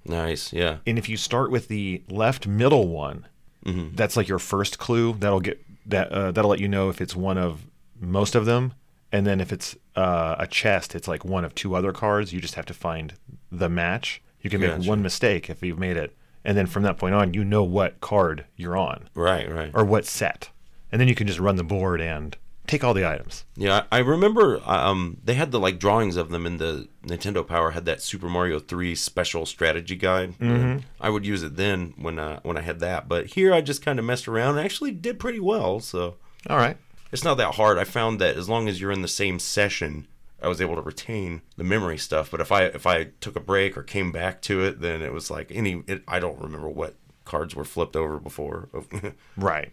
S2: Nice. Yeah.
S1: And if you start with the left middle one, that's like your first clue. That'll get that uh, that'll let you know if it's one of most of them. And then if it's uh, a chest, it's like one of two other cards. You just have to find the match. You can make
S2: Gotcha.
S1: one mistake if you've made it, and then from that point on, you know what card you're on
S2: Right. Right.
S1: or what set, and then you can just run the board and take all the items.
S2: Yeah, I I remember um, they had the like drawings of them in the Nintendo Power had that Super Mario 3 special strategy guide.
S1: Mm-hmm.
S2: I would use it then when uh, when I had that, but here I just kind of messed around and actually did pretty well, so
S1: All right.
S2: it's not that hard. I found that as long as you're in the same session, I was able to retain the memory stuff, but if I if I took a break or came back to it, then it was like any it, I don't remember what cards were flipped over before. *laughs*
S1: Right.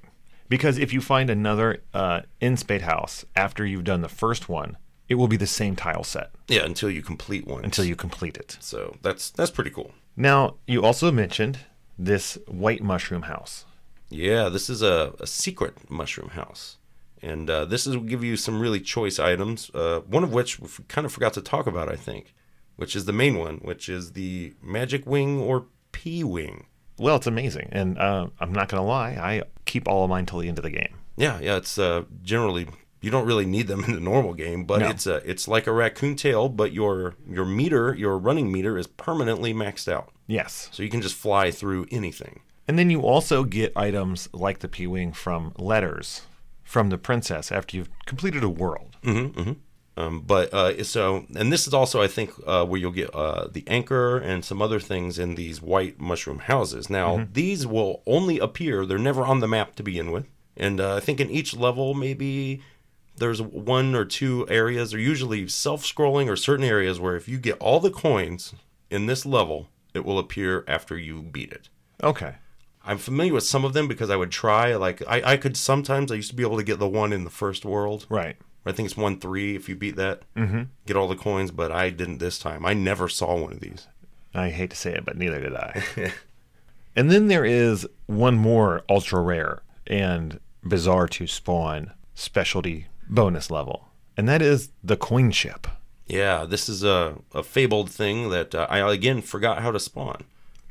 S1: Because if you find another uh, in spade house after you've done the first one, it will be the same tile set
S2: yeah, until you complete one.
S1: until you complete it.
S2: so that's that's pretty cool.
S1: Now, you also mentioned this white mushroom house.
S2: Yeah, this is a, a secret mushroom house. And uh, this is will give you some really choice items, uh, one of which we f- kind of forgot to talk about, I think, which is the main one, which is the magic wing or pea wing.
S1: Well, it's amazing. And uh, I'm not going to lie, I keep all of mine till the end of the game.
S2: Yeah, yeah, it's uh, generally you don't really need them *laughs* in the normal game, but
S1: No.
S2: it's a, it's like a raccoon tail, but your your meter, your running meter, is permanently maxed out,
S1: Yes.
S2: so you can just fly through anything.
S1: And then you also get items like the P Wing from letters from the princess after you've completed a world.
S2: Um, but uh, so, and this is also, I think, uh, where you'll get uh, the anchor and some other things in these white mushroom houses. Now, these will only appear; they're never on the map to begin with. And uh, I think in each level, maybe there's one or two areas. They're usually self-scrolling or certain areas where if you get all the coins in this level, it will appear after you beat it.
S1: Okay.
S2: I'm familiar with some of them because I would try. Like I, I could sometimes I used to be able to get the one in the first world.
S1: Right.
S2: I think it's one three. If you beat that, mm-hmm. get all the coins. But I didn't this time. I never saw one of these.
S1: I hate to say it, but neither did I. and then there is one more ultra rare and bizarre to spawn specialty bonus level, and that is the coin ship.
S2: Yeah, this is a, a fabled thing that uh, I again forgot how to spawn.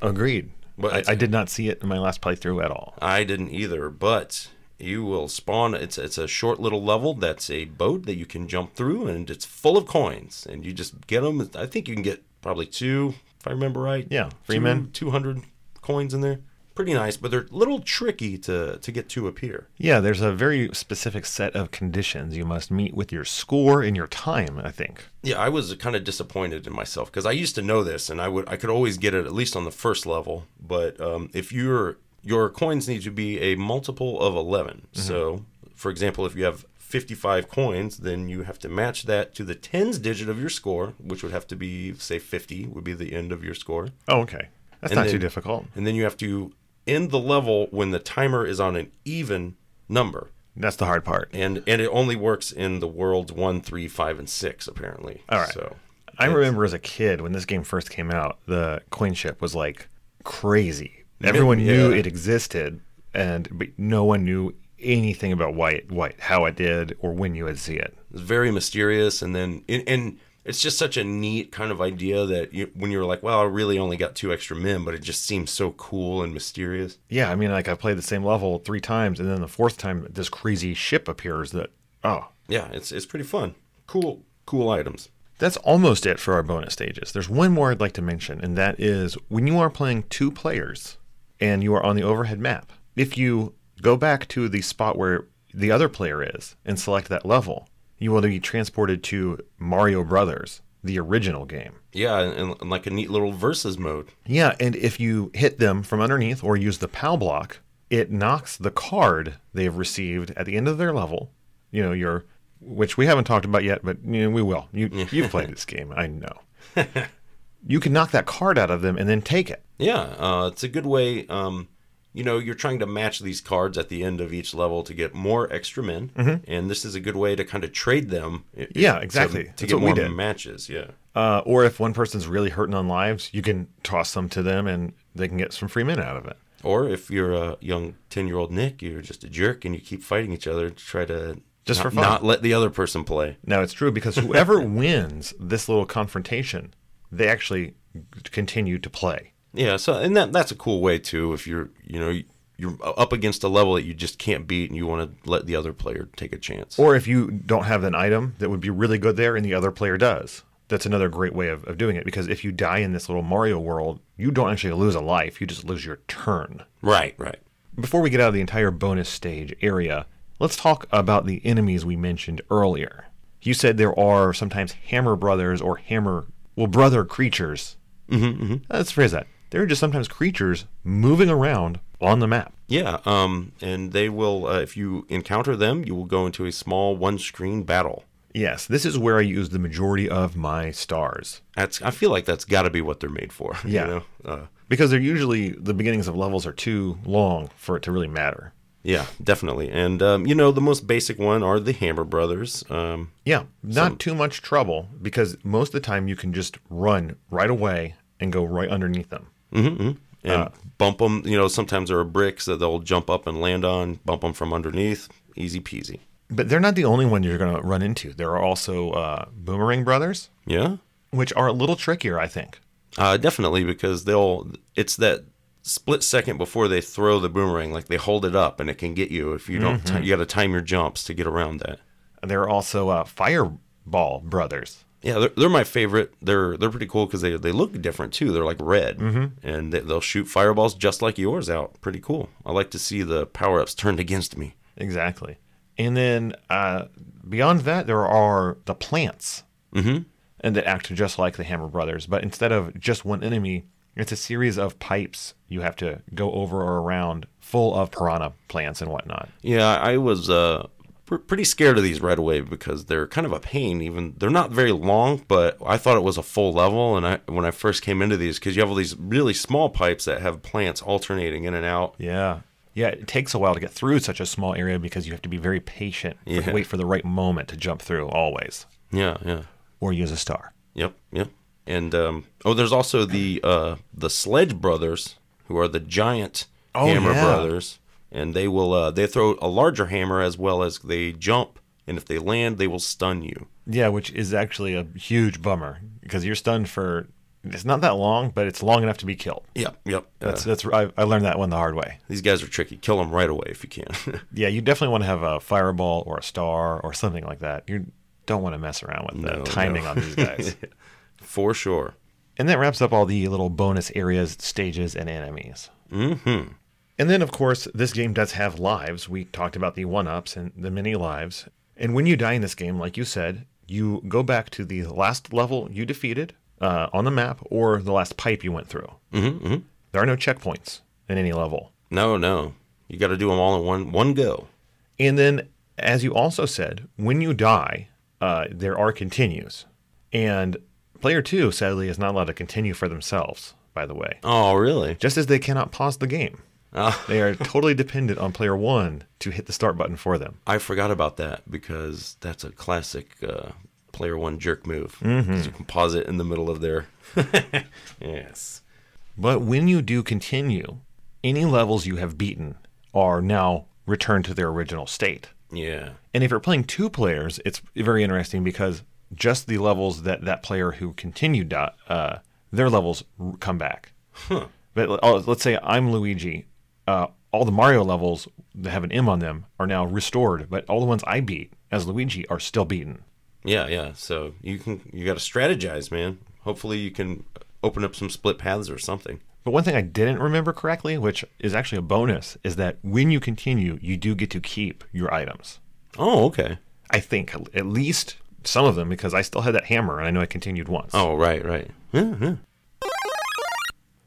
S1: Agreed.
S2: But
S1: I, I did not see it in my last playthrough at all.
S2: I didn't either. But you will spawn. It's it's a short little level. That's a boat that you can jump through, and it's full of coins. And you just get them. I think you can get probably two, if I remember right.
S1: Yeah, free men.
S2: two hundred coins in there. Pretty nice, but they're a little tricky to to get to appear.
S1: Yeah, there's a very specific set of conditions you must meet with your score and your time, I think.
S2: yeah i was kind of disappointed in myself because i used to know this and i would i could always get it at least on the first level but um, if your your coins need to be a multiple of 11
S1: Mm-hmm.
S2: so for example if you have 55 coins then you have to match that to the tens digit of your score which would have to be say 50 would be the end of your score
S1: Oh, okay. That's
S2: And
S1: not
S2: then-
S1: too difficult.
S2: and then you have to end the level when the timer is on an even number
S1: That's the hard part.
S2: and and it only works in the worlds one, three, five, and 6 apparently
S1: All right.
S2: so
S1: I remember as a kid when this game first came out, the coin ship was like crazy. Everyone
S2: yeah.
S1: knew it existed, and but no one knew anything about why it, why it, how it did, or when you would see it.
S2: It's very mysterious, and then and, and it's just such a neat kind of idea that you, when you're like, well, I really only got two extra men, but it just seems so cool and mysterious.
S1: Yeah, I mean, like I played the same level three times, and then the fourth time, this crazy ship appears. That oh,
S2: Yeah, it's it's pretty fun. Cool, cool items.
S1: That's almost it for our bonus stages. There's one more I'd like to mention, and that is when you are playing two players and you are on the overhead map, if you go back to the spot where the other player is and select that level, you will be transported to Mario Brothers, the original game.
S2: Yeah, and, and like a neat little versus mode.
S1: Yeah, and if you hit them from underneath or use the PAL block, it knocks the card they've received at the end of their level. You know, your which we haven't talked about yet, but you know, we will. You you've played this game, I know. you can knock that card out of them and then take it.
S2: Yeah, uh, it's a good way. Um, you know, you're trying to match these cards at the end of each level to get more extra men, and this is a good way to kind of trade them. i-
S1: Mm-hmm. Yeah,
S2: to-
S1: exactly.
S2: To,
S1: That's
S2: get
S1: what we
S2: more
S1: did.
S2: matches. Yeah,
S1: Uh, or if one person's really hurting on lives, you can toss some to them and they can get some free men out of it.
S2: or if you're a young ten-year-old Nick, you're just a jerk and you keep fighting each other to try to
S1: Just
S2: not,
S1: for fun.
S2: not let the other person play.
S1: Now it's true because whoever wins this little confrontation, they actually continue to play.
S2: Yeah, so and that that's a cool way too. If you're you know you're up against a level that you just can't beat and you want to let the other player take a chance.
S1: Or if you don't have an item that would be really good there and the other player does. That's another great way of, of doing it because if you die in this little Mario world, you don't actually lose a life, you just lose your turn.
S2: right, right.
S1: Before we get out of the entire bonus stage area, let's talk about the enemies we mentioned earlier. You said there are sometimes hammer brothers or hammer, well, brother creatures. Mm-hmm, Let's phrase that. There are just sometimes creatures moving around on the map.
S2: Yeah, um, and they will. Uh, if you encounter them, you will go into a small one-screen battle.
S1: Yes, this is where I use the majority of my stars.
S2: That's. I feel like that's got to be what they're made for. *laughs*
S1: Yeah.
S2: You know? uh,
S1: because they're usually the beginnings of levels are too long for it to really matter.
S2: yeah, definitely. And um, you know, the most basic one are the Hammer Brothers. Um,
S1: Yeah, not too much trouble because most of the time you can just run right away and go right underneath them.
S2: and bump them. You know, sometimes there are bricks that they'll jump up and land on. Bump them from underneath. Easy peasy.
S1: But they're not the only one you're going to run into. There are also uh, boomerang brothers,
S2: Yeah.
S1: which are a little trickier, I think.
S2: Uh, definitely, because they'll. It's that split second before they throw the boomerang. Like they hold it up, and it can get you if you don't. ti- you got to time your jumps to get around that.
S1: There are also uh, fireball brothers.
S2: Yeah, they're, they're my favorite. They're they're pretty cool because they they look different too. They're like red, and they, they'll shoot fireballs just like yours out. Pretty cool. I like to see the power ups turned against me.
S1: Exactly. And then uh, beyond that, there are the plants, mm-hmm. and that act just like the Hammer Brothers, but instead of just one enemy, it's a series of pipes you have to go over or around, full of piranha plants and whatnot.
S2: Yeah, I was uh pr- pretty scared of these right away because they're kind of a pain. Even they're not very long, but I thought it was a full level. And I when I first came into these, because you have all these really small pipes that have plants alternating in and out.
S1: Yeah, yeah. It takes a while to get through such a small area because you have to be very patient, for-
S2: Yeah.
S1: wait for the right moment to jump through always,
S2: Yeah, yeah.
S1: or use a star.
S2: Yep, yep. And um, oh, there's also the uh, the Sledge Brothers, who are the giant
S1: Oh,
S2: hammer
S1: yeah.
S2: brothers, and they will uh, they throw a larger hammer as well as they jump, and if they land, they will stun you.
S1: Yeah, which is actually a huge bummer because you're stunned for it's not that long, but it's long enough to be killed.
S2: Yep, yep.
S1: That's that's I, I learned that one the hard way.
S2: these guys are tricky. Kill them right away if you can. *laughs*
S1: Yeah, you definitely want to have a fireball or a star or something like that. You don't want to mess around with the
S2: No,
S1: timing
S2: no.
S1: on these *laughs* guys.
S2: For sure.
S1: and that wraps up all the little bonus areas, stages, and enemies. Mm-hmm. And then, of course, this game does have lives. We talked about the one ups and the mini lives. And when you die in this game, like you said, you go back to the last level you defeated uh, on the map or the last pipe you went through. Mm-hmm, There are no checkpoints in any level.
S2: No, no. You got to do them all in one one go.
S1: And then, as you also said, when you die, uh, there are continues. And player two, sadly, is not allowed to continue for themselves, by the way,
S2: Oh, really?
S1: just as they cannot pause the game.
S2: Ah.
S1: They are totally dependent on player one to hit the start button for them.
S2: I forgot about that because that's a classic uh, player one jerk move. 'Cause You can pause it in the middle of *laughs* their. yes.
S1: But when you do continue, any levels you have beaten are now returned to their original state.
S2: Yeah.
S1: And if you're playing two players, it's very interesting because just the levels that that player who continued dot, uh, their levels r- come back. But l- oh, let's say I'm Luigi. Uh, all the Mario levels that have an M on them are now restored, but all the ones I beat as Luigi are still beaten.
S2: Yeah, yeah. So you can you got to strategize, man. Hopefully you can open up some split paths or something.
S1: But one thing I didn't remember correctly, which is actually a bonus, is that when you continue, you do get to keep your items.
S2: Oh, okay.
S1: I think at least some of them because I still had that hammer and I know I continued once.
S2: Oh, right, right. Yeah, yeah.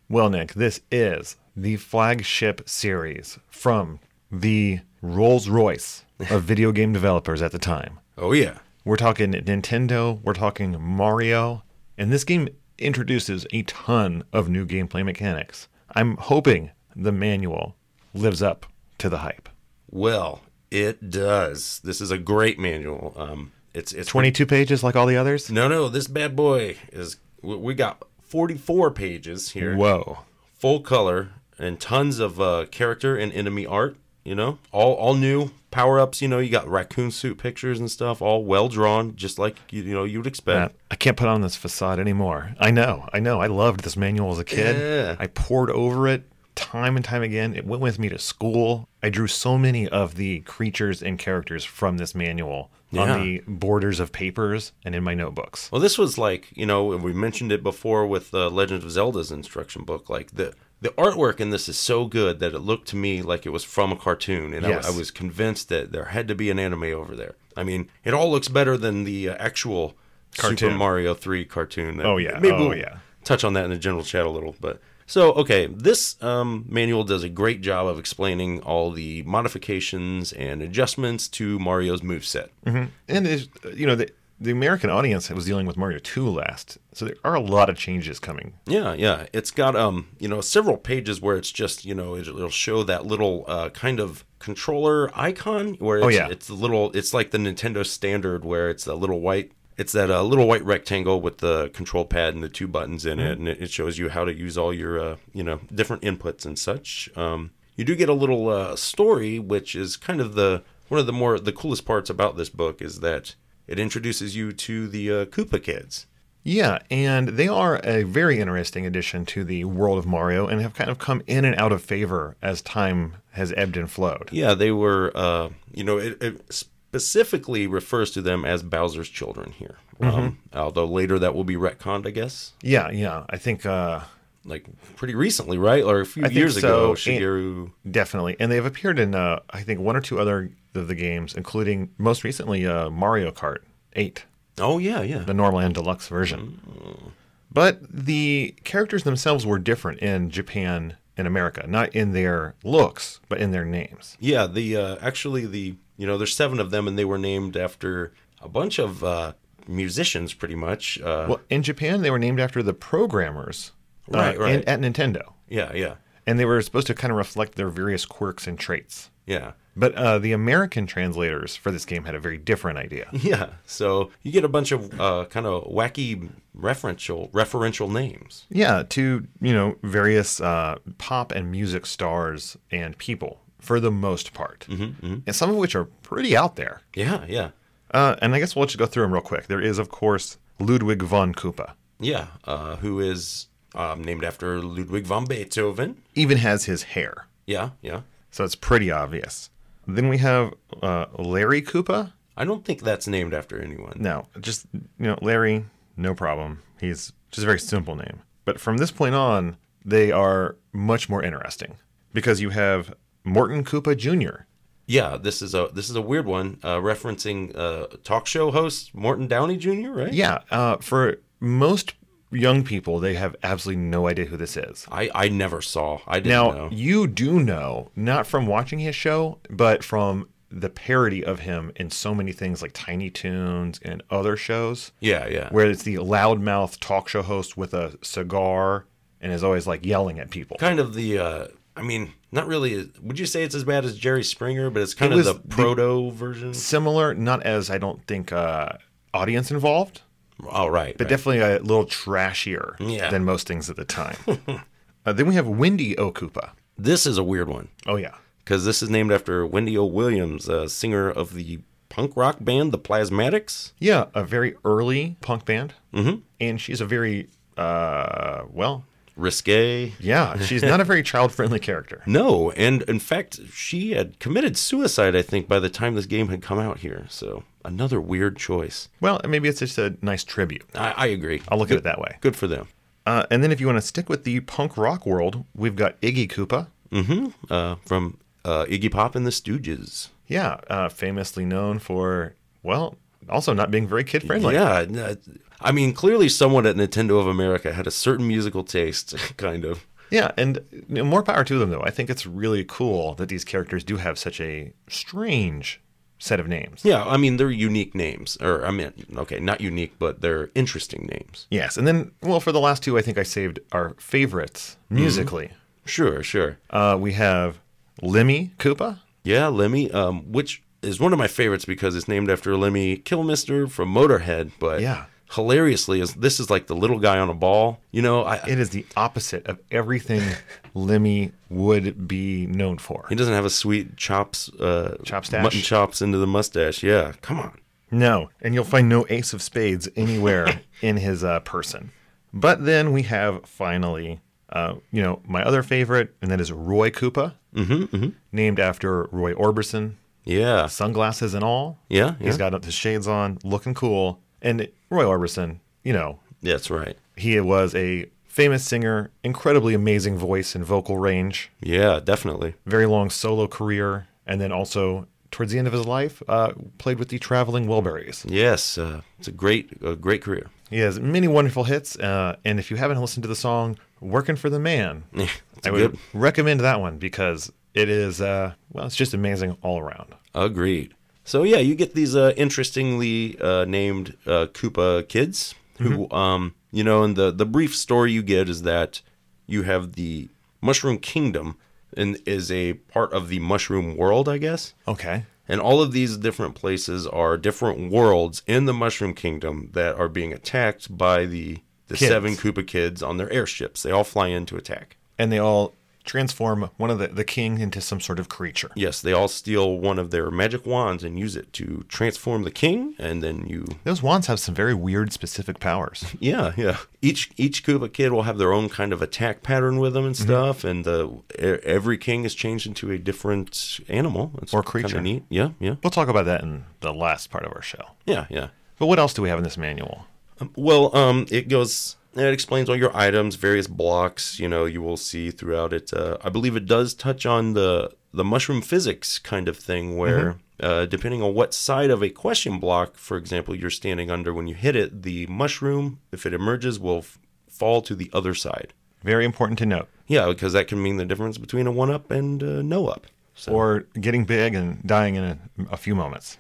S1: Well, Nick, this is the flagship series from the Rolls Royce of video game developers at the time.
S2: Oh, yeah.
S1: We're talking Nintendo, we're talking Mario, and this game introduces a ton of new gameplay mechanics. I'm hoping the manual lives up to the hype.
S2: Well, it does. This is a great manual. Um, it's it's
S1: 22 pages like all the others?
S2: No, no, this bad boy is. we- We got 44 pages here,
S1: Whoa.
S2: full color, and tons of uh, character and enemy art. You know, all all new power ups. You know, you got raccoon suit pictures and stuff, all well drawn, just like you, you know you'd
S1: Uh,
S2: expect.
S1: I can't put on this facade anymore. I know, I know. I loved this manual as a kid.
S2: Yeah.
S1: I poured over it time and time again. It went with me to school. I drew so many of the creatures and characters from this manual
S2: Yeah.
S1: on the borders of papers and in my notebooks.
S2: Well, this was like you know we mentioned it before with uh, Legend of Zelda's instruction book. Like the the artwork in this is so good that it looked to me like it was from a cartoon, and I-
S1: Yes.
S2: I, was convinced that there had to be an anime over there. I mean, it all looks better than the uh, actual Super
S1: Cartoon.
S2: Mario Three cartoon. that-
S1: Oh, yeah. Oh, yeah.
S2: touch on that in the general chat a little, but so okay, this um, manual does a great job of explaining all the modifications and adjustments to Mario's moveset.
S1: And it's, uh, you know, the, the American audience was dealing with Mario 2 last, so there are a lot of changes coming.
S2: Yeah, yeah. It's got um, you know, several pages where it's just, you know, it, it'll show that little uh, kind of controller icon where it's,
S1: yeah.
S2: it's the little, it's like the Nintendo standard where it's a little white, it's that uh, little white rectangle with the control pad and the two buttons in it, and it, it shows you how to use all your, uh, you know, different inputs and such. Um, you do get a little uh, story, which is kind of the one of the more the coolest parts about this book is that it introduces you to the uh, Koopa kids.
S1: Yeah, and they are a very interesting addition to the world of Mario and have kind of come in and out of favor as time has ebbed and flowed.
S2: Yeah, they were. Uh, you know, it, it specifically refers to them as Bowser's children here. Um,
S1: Mm-hmm.
S2: although later that will be retconned, I guess.
S1: Yeah, yeah. I think uh
S2: Like pretty recently, right? Or a few
S1: think
S2: years ago,
S1: so, and-
S2: Shigeru.
S1: definitely. And they've appeared in uh I think one or two other of the games, including most recently uh Mario Kart 8,
S2: Oh yeah, yeah.
S1: the normal and deluxe version.
S2: Mm.
S1: But the characters themselves were different in Japan and America, not in their looks, but in their names.
S2: Yeah, the uh, actually the you know there's seven of them, and they were named after a bunch of uh, musicians, pretty much. Uh,
S1: Well, in Japan they were named after the programmers uh,
S2: Right, right.
S1: in- at Nintendo.
S2: yeah, yeah,
S1: And they were supposed to kind of reflect their various quirks and traits.
S2: yeah. *laughs*
S1: But uh, the American translators for this game had a very different idea.
S2: Yeah, so you get a bunch of uh, kind of wacky referential referential names.
S1: Yeah, to you know various uh, pop and music stars and people for the most part, and some of which are pretty out there.
S2: Yeah, yeah.
S1: Uh, and I guess we'll just go through them real quick. There is, of course, Ludwig von Koopa.
S2: Yeah, uh, who is um, named after Ludwig von Beethoven.
S1: Even has his hair,
S2: Yeah, yeah.
S1: so it's pretty obvious. Then we have uh, Larry Koopa.
S2: I don't think that's named after anyone.
S1: No, just you know Larry, no problem. He's just a very simple name. But from this point on, they are much more interesting because you have Morton Koopa Jr.
S2: Yeah, this is a this is a weird one uh, referencing uh, talk show host Morton Downey Jr. Right?
S1: Yeah, uh, for most young people, they have absolutely no idea who this is.
S2: I I never saw. I didn't
S1: Now,
S2: know.
S1: you do know, not from watching his show, but from the parody of him in so many things like Tiny Toons and other shows,
S2: Yeah, yeah.
S1: where it's the loudmouth talk show host with a cigar and is always like yelling at people.
S2: Kind of the. Uh, I mean, not really. Would you say it's as bad as Jerry Springer? But it's kind
S1: It
S2: of
S1: was
S2: the
S1: the-
S2: proto version.
S1: Similar, not as, I don't think, uh, audience involved,
S2: Oh, right.
S1: but
S2: right.
S1: definitely a little trashier
S2: Yeah.
S1: than
S2: *laughs*
S1: most things at the time. uh, then we have Wendy Okupa.
S2: this is a weird one.
S1: Oh, yeah.
S2: because this is named after Wendy O. Williams, uh, singer of the punk rock band The Plasmatics.
S1: Yeah, a very early punk band. Mm-hmm. And she's a very, uh, well,
S2: Risque.
S1: yeah, she's not a very child friendly character.
S2: No, and in fact, she had committed suicide, I think, by the time this game had come out here. So another weird choice.
S1: Well, maybe it's just a nice tribute.
S2: I, I agree.
S1: I'll look at it that way.
S2: Good for them.
S1: Uh, and then if you want to stick with the punk rock world, we've got Iggy Koopa.
S2: Uh, from uh, Iggy Pop and the Stooges.
S1: Yeah, uh, famously known for, well, also not being very kid friendly.
S2: Yeah, n- uh, I mean, clearly someone at Nintendo of America had a certain musical taste, *laughs* kind of.
S1: Yeah, and you know, more power to them, though. I think it's really cool that these characters do have such a strange set of names.
S2: Yeah, I mean, they're unique names, or I mean, okay, not unique, but they're interesting names.
S1: Yes, and then, well, for the last two, I think I saved our favorites musically.
S2: Mm-hmm. Sure, sure.
S1: Uh, we have Lemmy Koopa.
S2: Yeah, Lemmy, um, which is one of my favorites because it's named after Lemmy Kilmister from Motorhead. But
S1: Yeah.
S2: hilariously, is this is like the little guy on a ball. You know, I,
S1: It is the opposite of everything Lemmy would be known for.
S2: he doesn't have a sweet chops, uh,
S1: Chopstache?
S2: mutton chops into the mustache. Yeah, come on.
S1: No, and you'll find no ace of spades anywhere in his uh, person. But then we have finally, uh, you know, my other favorite, and that is Roy Koopa, mm-hmm, named after Roy Orbison,
S2: Yeah,
S1: sunglasses and all.
S2: yeah, yeah.
S1: He's got up his shades on, looking cool. And Roy Orbison, you know,
S2: That's right.
S1: he was a famous singer, incredibly amazing voice and vocal range,
S2: Yeah, definitely.
S1: very long solo career, and then also towards the end of his life, uh, played with the Traveling Wilburys.
S2: Yes, uh, it's a great, a great career. *laughs*
S1: He has many wonderful hits, uh, and if you haven't listened to the song "Working for the Man,"
S2: Yeah, it's
S1: I
S2: a
S1: would
S2: good.
S1: recommend that one because it is uh, well, it's just amazing all around.
S2: Agreed. So yeah, you get these uh, interestingly uh, named uh, Koopa kids who, um, you know, and the the brief story you get is that you have the Mushroom Kingdom and is a part of the Mushroom World, I guess.
S1: Okay,
S2: And all of these different places are different worlds in the Mushroom Kingdom that are being attacked by the the
S1: Kids.
S2: seven Koopa kids on their airships. They all fly in to attack.
S1: and they all transform one of the the king into some sort of creature.
S2: Yes, they all steal one of their magic wands and use it to transform the king, and then you
S1: Those wands have some very weird, specific powers.
S2: Yeah, yeah. Each each Koopa kid will have their own kind of attack pattern with them and stuff, and the e- every king is changed into a different animal It's
S1: Or
S2: kinda
S1: creature.
S2: neat. Yeah, yeah,
S1: We'll talk about that in the last part of our show.
S2: yeah, yeah.
S1: But what else do we have in this manual?
S2: Um, well, um, it goes. It explains all your items, various blocks. You know, you will see throughout it. Uh, I believe it does touch on the the mushroom physics kind of thing, where uh, depending on what side of a question block, for example, you're standing under, when you hit it, the mushroom, if it emerges, will f- fall to the other side.
S1: Very important to note.
S2: Yeah, because that can mean the difference between a one up and a no up. So
S1: Or getting big and dying in a, a few moments.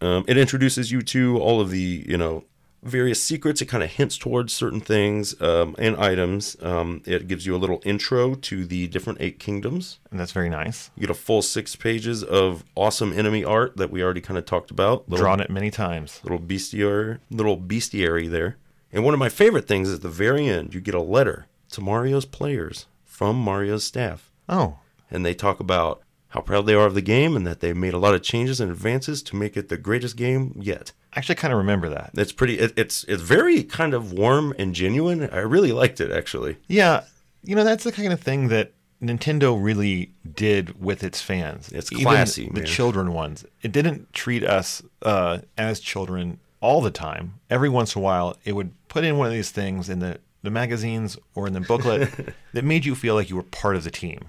S2: um, it introduces you to all of the you know various secrets. It kind of hints towards certain things um, and items. Um, it gives you a little intro to the different eight kingdoms.
S1: And that's very nice.
S2: You get a full six pages of awesome enemy art that we already kind of talked about. Little
S1: Drawn it many times.
S2: little bestiary, little bestiary there. And one of my favorite things is at the very end, you get a letter to Mario's players from Mario's staff.
S1: Oh,
S2: and they talk about how proud they are of the game and that they made a lot of changes and advances to make it the greatest game yet.
S1: I actually kind of remember that.
S2: It's pretty. It, it's it's very kind of warm and genuine. I really liked it actually.
S1: Yeah, you know that's the kind of thing that Nintendo really did with its fans.
S2: It's
S1: Even
S2: classy,
S1: the
S2: man.
S1: children ones. It didn't treat us uh, as children all the time. Every once in a while, it would put in one of these things in the the magazines or in the booklet that made you feel like you were part of the team.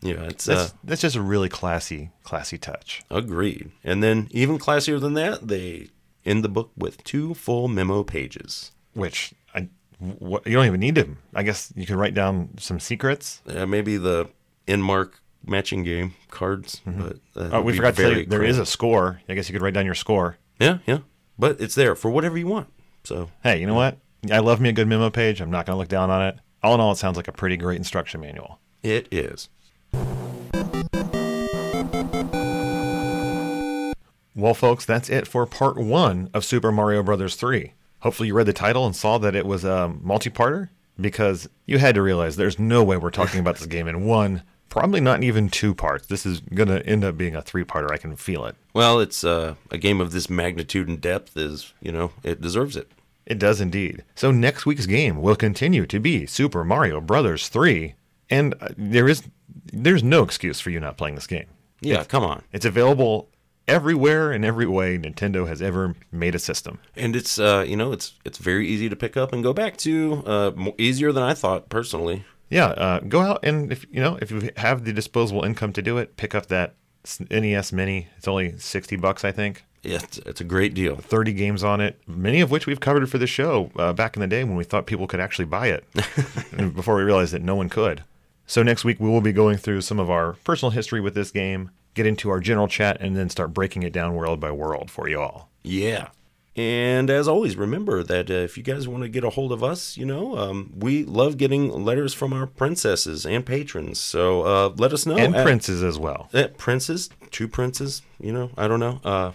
S2: Yeah, it's uh,
S1: That's, that's just a really classy, classy touch.
S2: agreed. And then even classier than that, they end the book with two full memo pages.
S1: Which I, wh- you don't even need to. I guess you could write down some secrets.
S2: Uh, maybe the Enmark matching game cards, but that
S1: Oh,
S2: would
S1: we
S2: be
S1: forgot to tell
S2: very
S1: you there
S2: cramped.
S1: is a score. I guess you could write down your score.
S2: yeah yeah, but it's there for whatever you want. So
S1: hey, you know what? I love me a good memo page. I'm not going to look down on it. All in all, it sounds like a pretty great instruction manual.
S2: it is.
S1: Well, folks, that's it for part one of Super Mario Brothers 3. Hopefully, you read the title and saw that it was a multi parter because you had to realize there's no way we're talking about this game in one probably not even two parts. This is going to end up being a three parter. I can feel it.
S2: Well, it's uh, a game of this magnitude and depth is, you know, it deserves it.
S1: It does indeed. So next week's game will continue to be Super Mario Brothers 3, and uh, there is there's no excuse for you not playing this game.
S2: Yeah, come on.
S1: It's available everywhere in every way Nintendo has ever made a system.
S2: And it's uh, you know, it's it's very easy to pick up and go back to uh mo- easier than I thought personally.
S1: Yeah, uh, go out and if you know if you have the disposable income to do it, pick up that s- NES Mini. It's only 60 bucks, I think.
S2: Yeah, It's, it's a great deal.
S1: 30 games on it, many of which we've covered for the show uh, back in the day when we thought people could actually buy it and before we realized that no one could. So, next week we will be going through some of our personal history with this game, get into our general chat, and then start breaking it down world by world for you all.
S2: Yeah. And as always, remember that uh, if you guys want to get a hold of us, you know, um, we love getting letters from our princesses and patrons. So uh, let us know.
S1: And
S2: at-
S1: princes as well.
S2: eh, princes, two princes, you know, I don't know. Uh,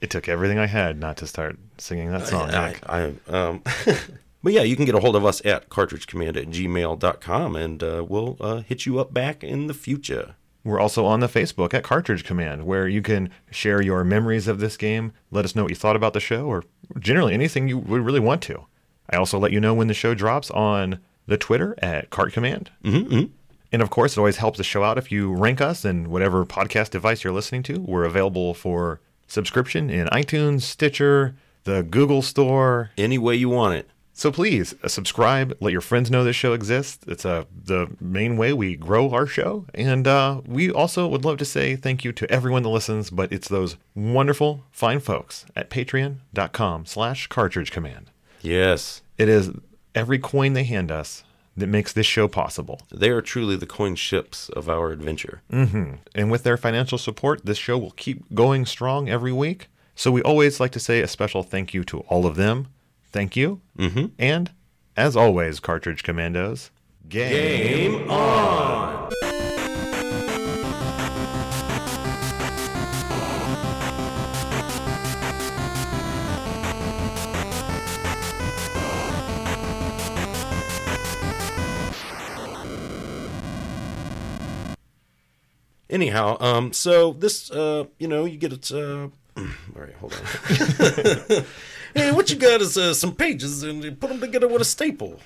S1: It took everything I had not to start singing that song.
S2: I,
S1: Nick.
S2: I, um, *laughs* but yeah, you can get a hold of us at cartridgecommand at gmail.com and uh, we'll uh, hit you up back in the future.
S1: We're also on the Facebook at Cartridge Command, where you can share your memories of this game, let us know what you thought about the show, or generally anything you would really want to. I also let you know when the show drops on the Twitter at Cart Command. Mm-hmm, And of course, it always helps the show out if you rank us in whatever podcast device you're listening to. We're available for subscription in iTunes, Stitcher, the Google Store,
S2: Any way you want it.
S1: so please uh, subscribe. Let your friends know this show exists. It's uh, the main way we grow our show. And uh, we also would love to say thank you to everyone that listens, but it's those wonderful, fine folks at patreon.com slash cartridge command.
S2: Yes.
S1: It is every coin they hand us that makes this show possible.
S2: They are truly the coin ships of our adventure.
S1: And with their financial support, this show will keep going strong every week. So we always like to say a special thank you to all of them. Thank you. Mm-hmm. And as always, Cartridge Commandos, game.
S2: Anyhow, um, so this, uh, you know, you get it. Uh, *clears throat* all right, hold *laughs* on. hey, what you got is uh, some pages, and you put them together with a staple.